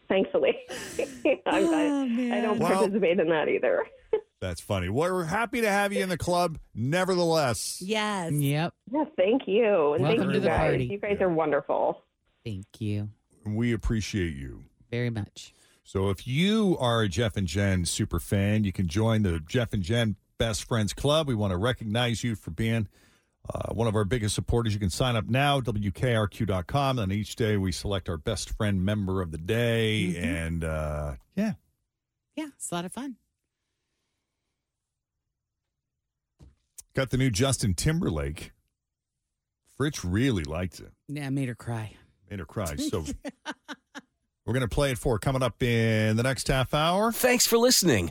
[SPEAKER 13] thankfully, I'm-
[SPEAKER 7] Oh,
[SPEAKER 13] I, I
[SPEAKER 7] man.
[SPEAKER 13] don't
[SPEAKER 2] Well-
[SPEAKER 13] participate in that either.
[SPEAKER 2] That's funny. Well, we're happy to have you in the club, nevertheless.
[SPEAKER 7] yes.
[SPEAKER 3] Yep.
[SPEAKER 13] Yeah, thank you, and
[SPEAKER 3] Welcome
[SPEAKER 13] thank
[SPEAKER 3] to
[SPEAKER 13] you
[SPEAKER 3] the
[SPEAKER 13] guys.
[SPEAKER 3] party.
[SPEAKER 13] You guys are wonderful.
[SPEAKER 3] Thank you
[SPEAKER 2] We appreciate you.
[SPEAKER 3] very much.
[SPEAKER 2] So if you are a Jeff and Jen super fan, you can join the Jeff and Jen Best Friends Club. We want to recognize you for being uh, one of our biggest supporters. You can sign up now, WKRQ.com. And each day we select our best friend member of the day.
[SPEAKER 3] Mm-hmm.
[SPEAKER 2] And uh, yeah,
[SPEAKER 3] Yeah, it's a lot of fun.
[SPEAKER 2] Got the new Justin Timberlake. Fritch really liked it.
[SPEAKER 3] Yeah, I made her cry.
[SPEAKER 2] Made her cry. So we're going to play it for her coming up in the next half hour.
[SPEAKER 1] Thanks for listening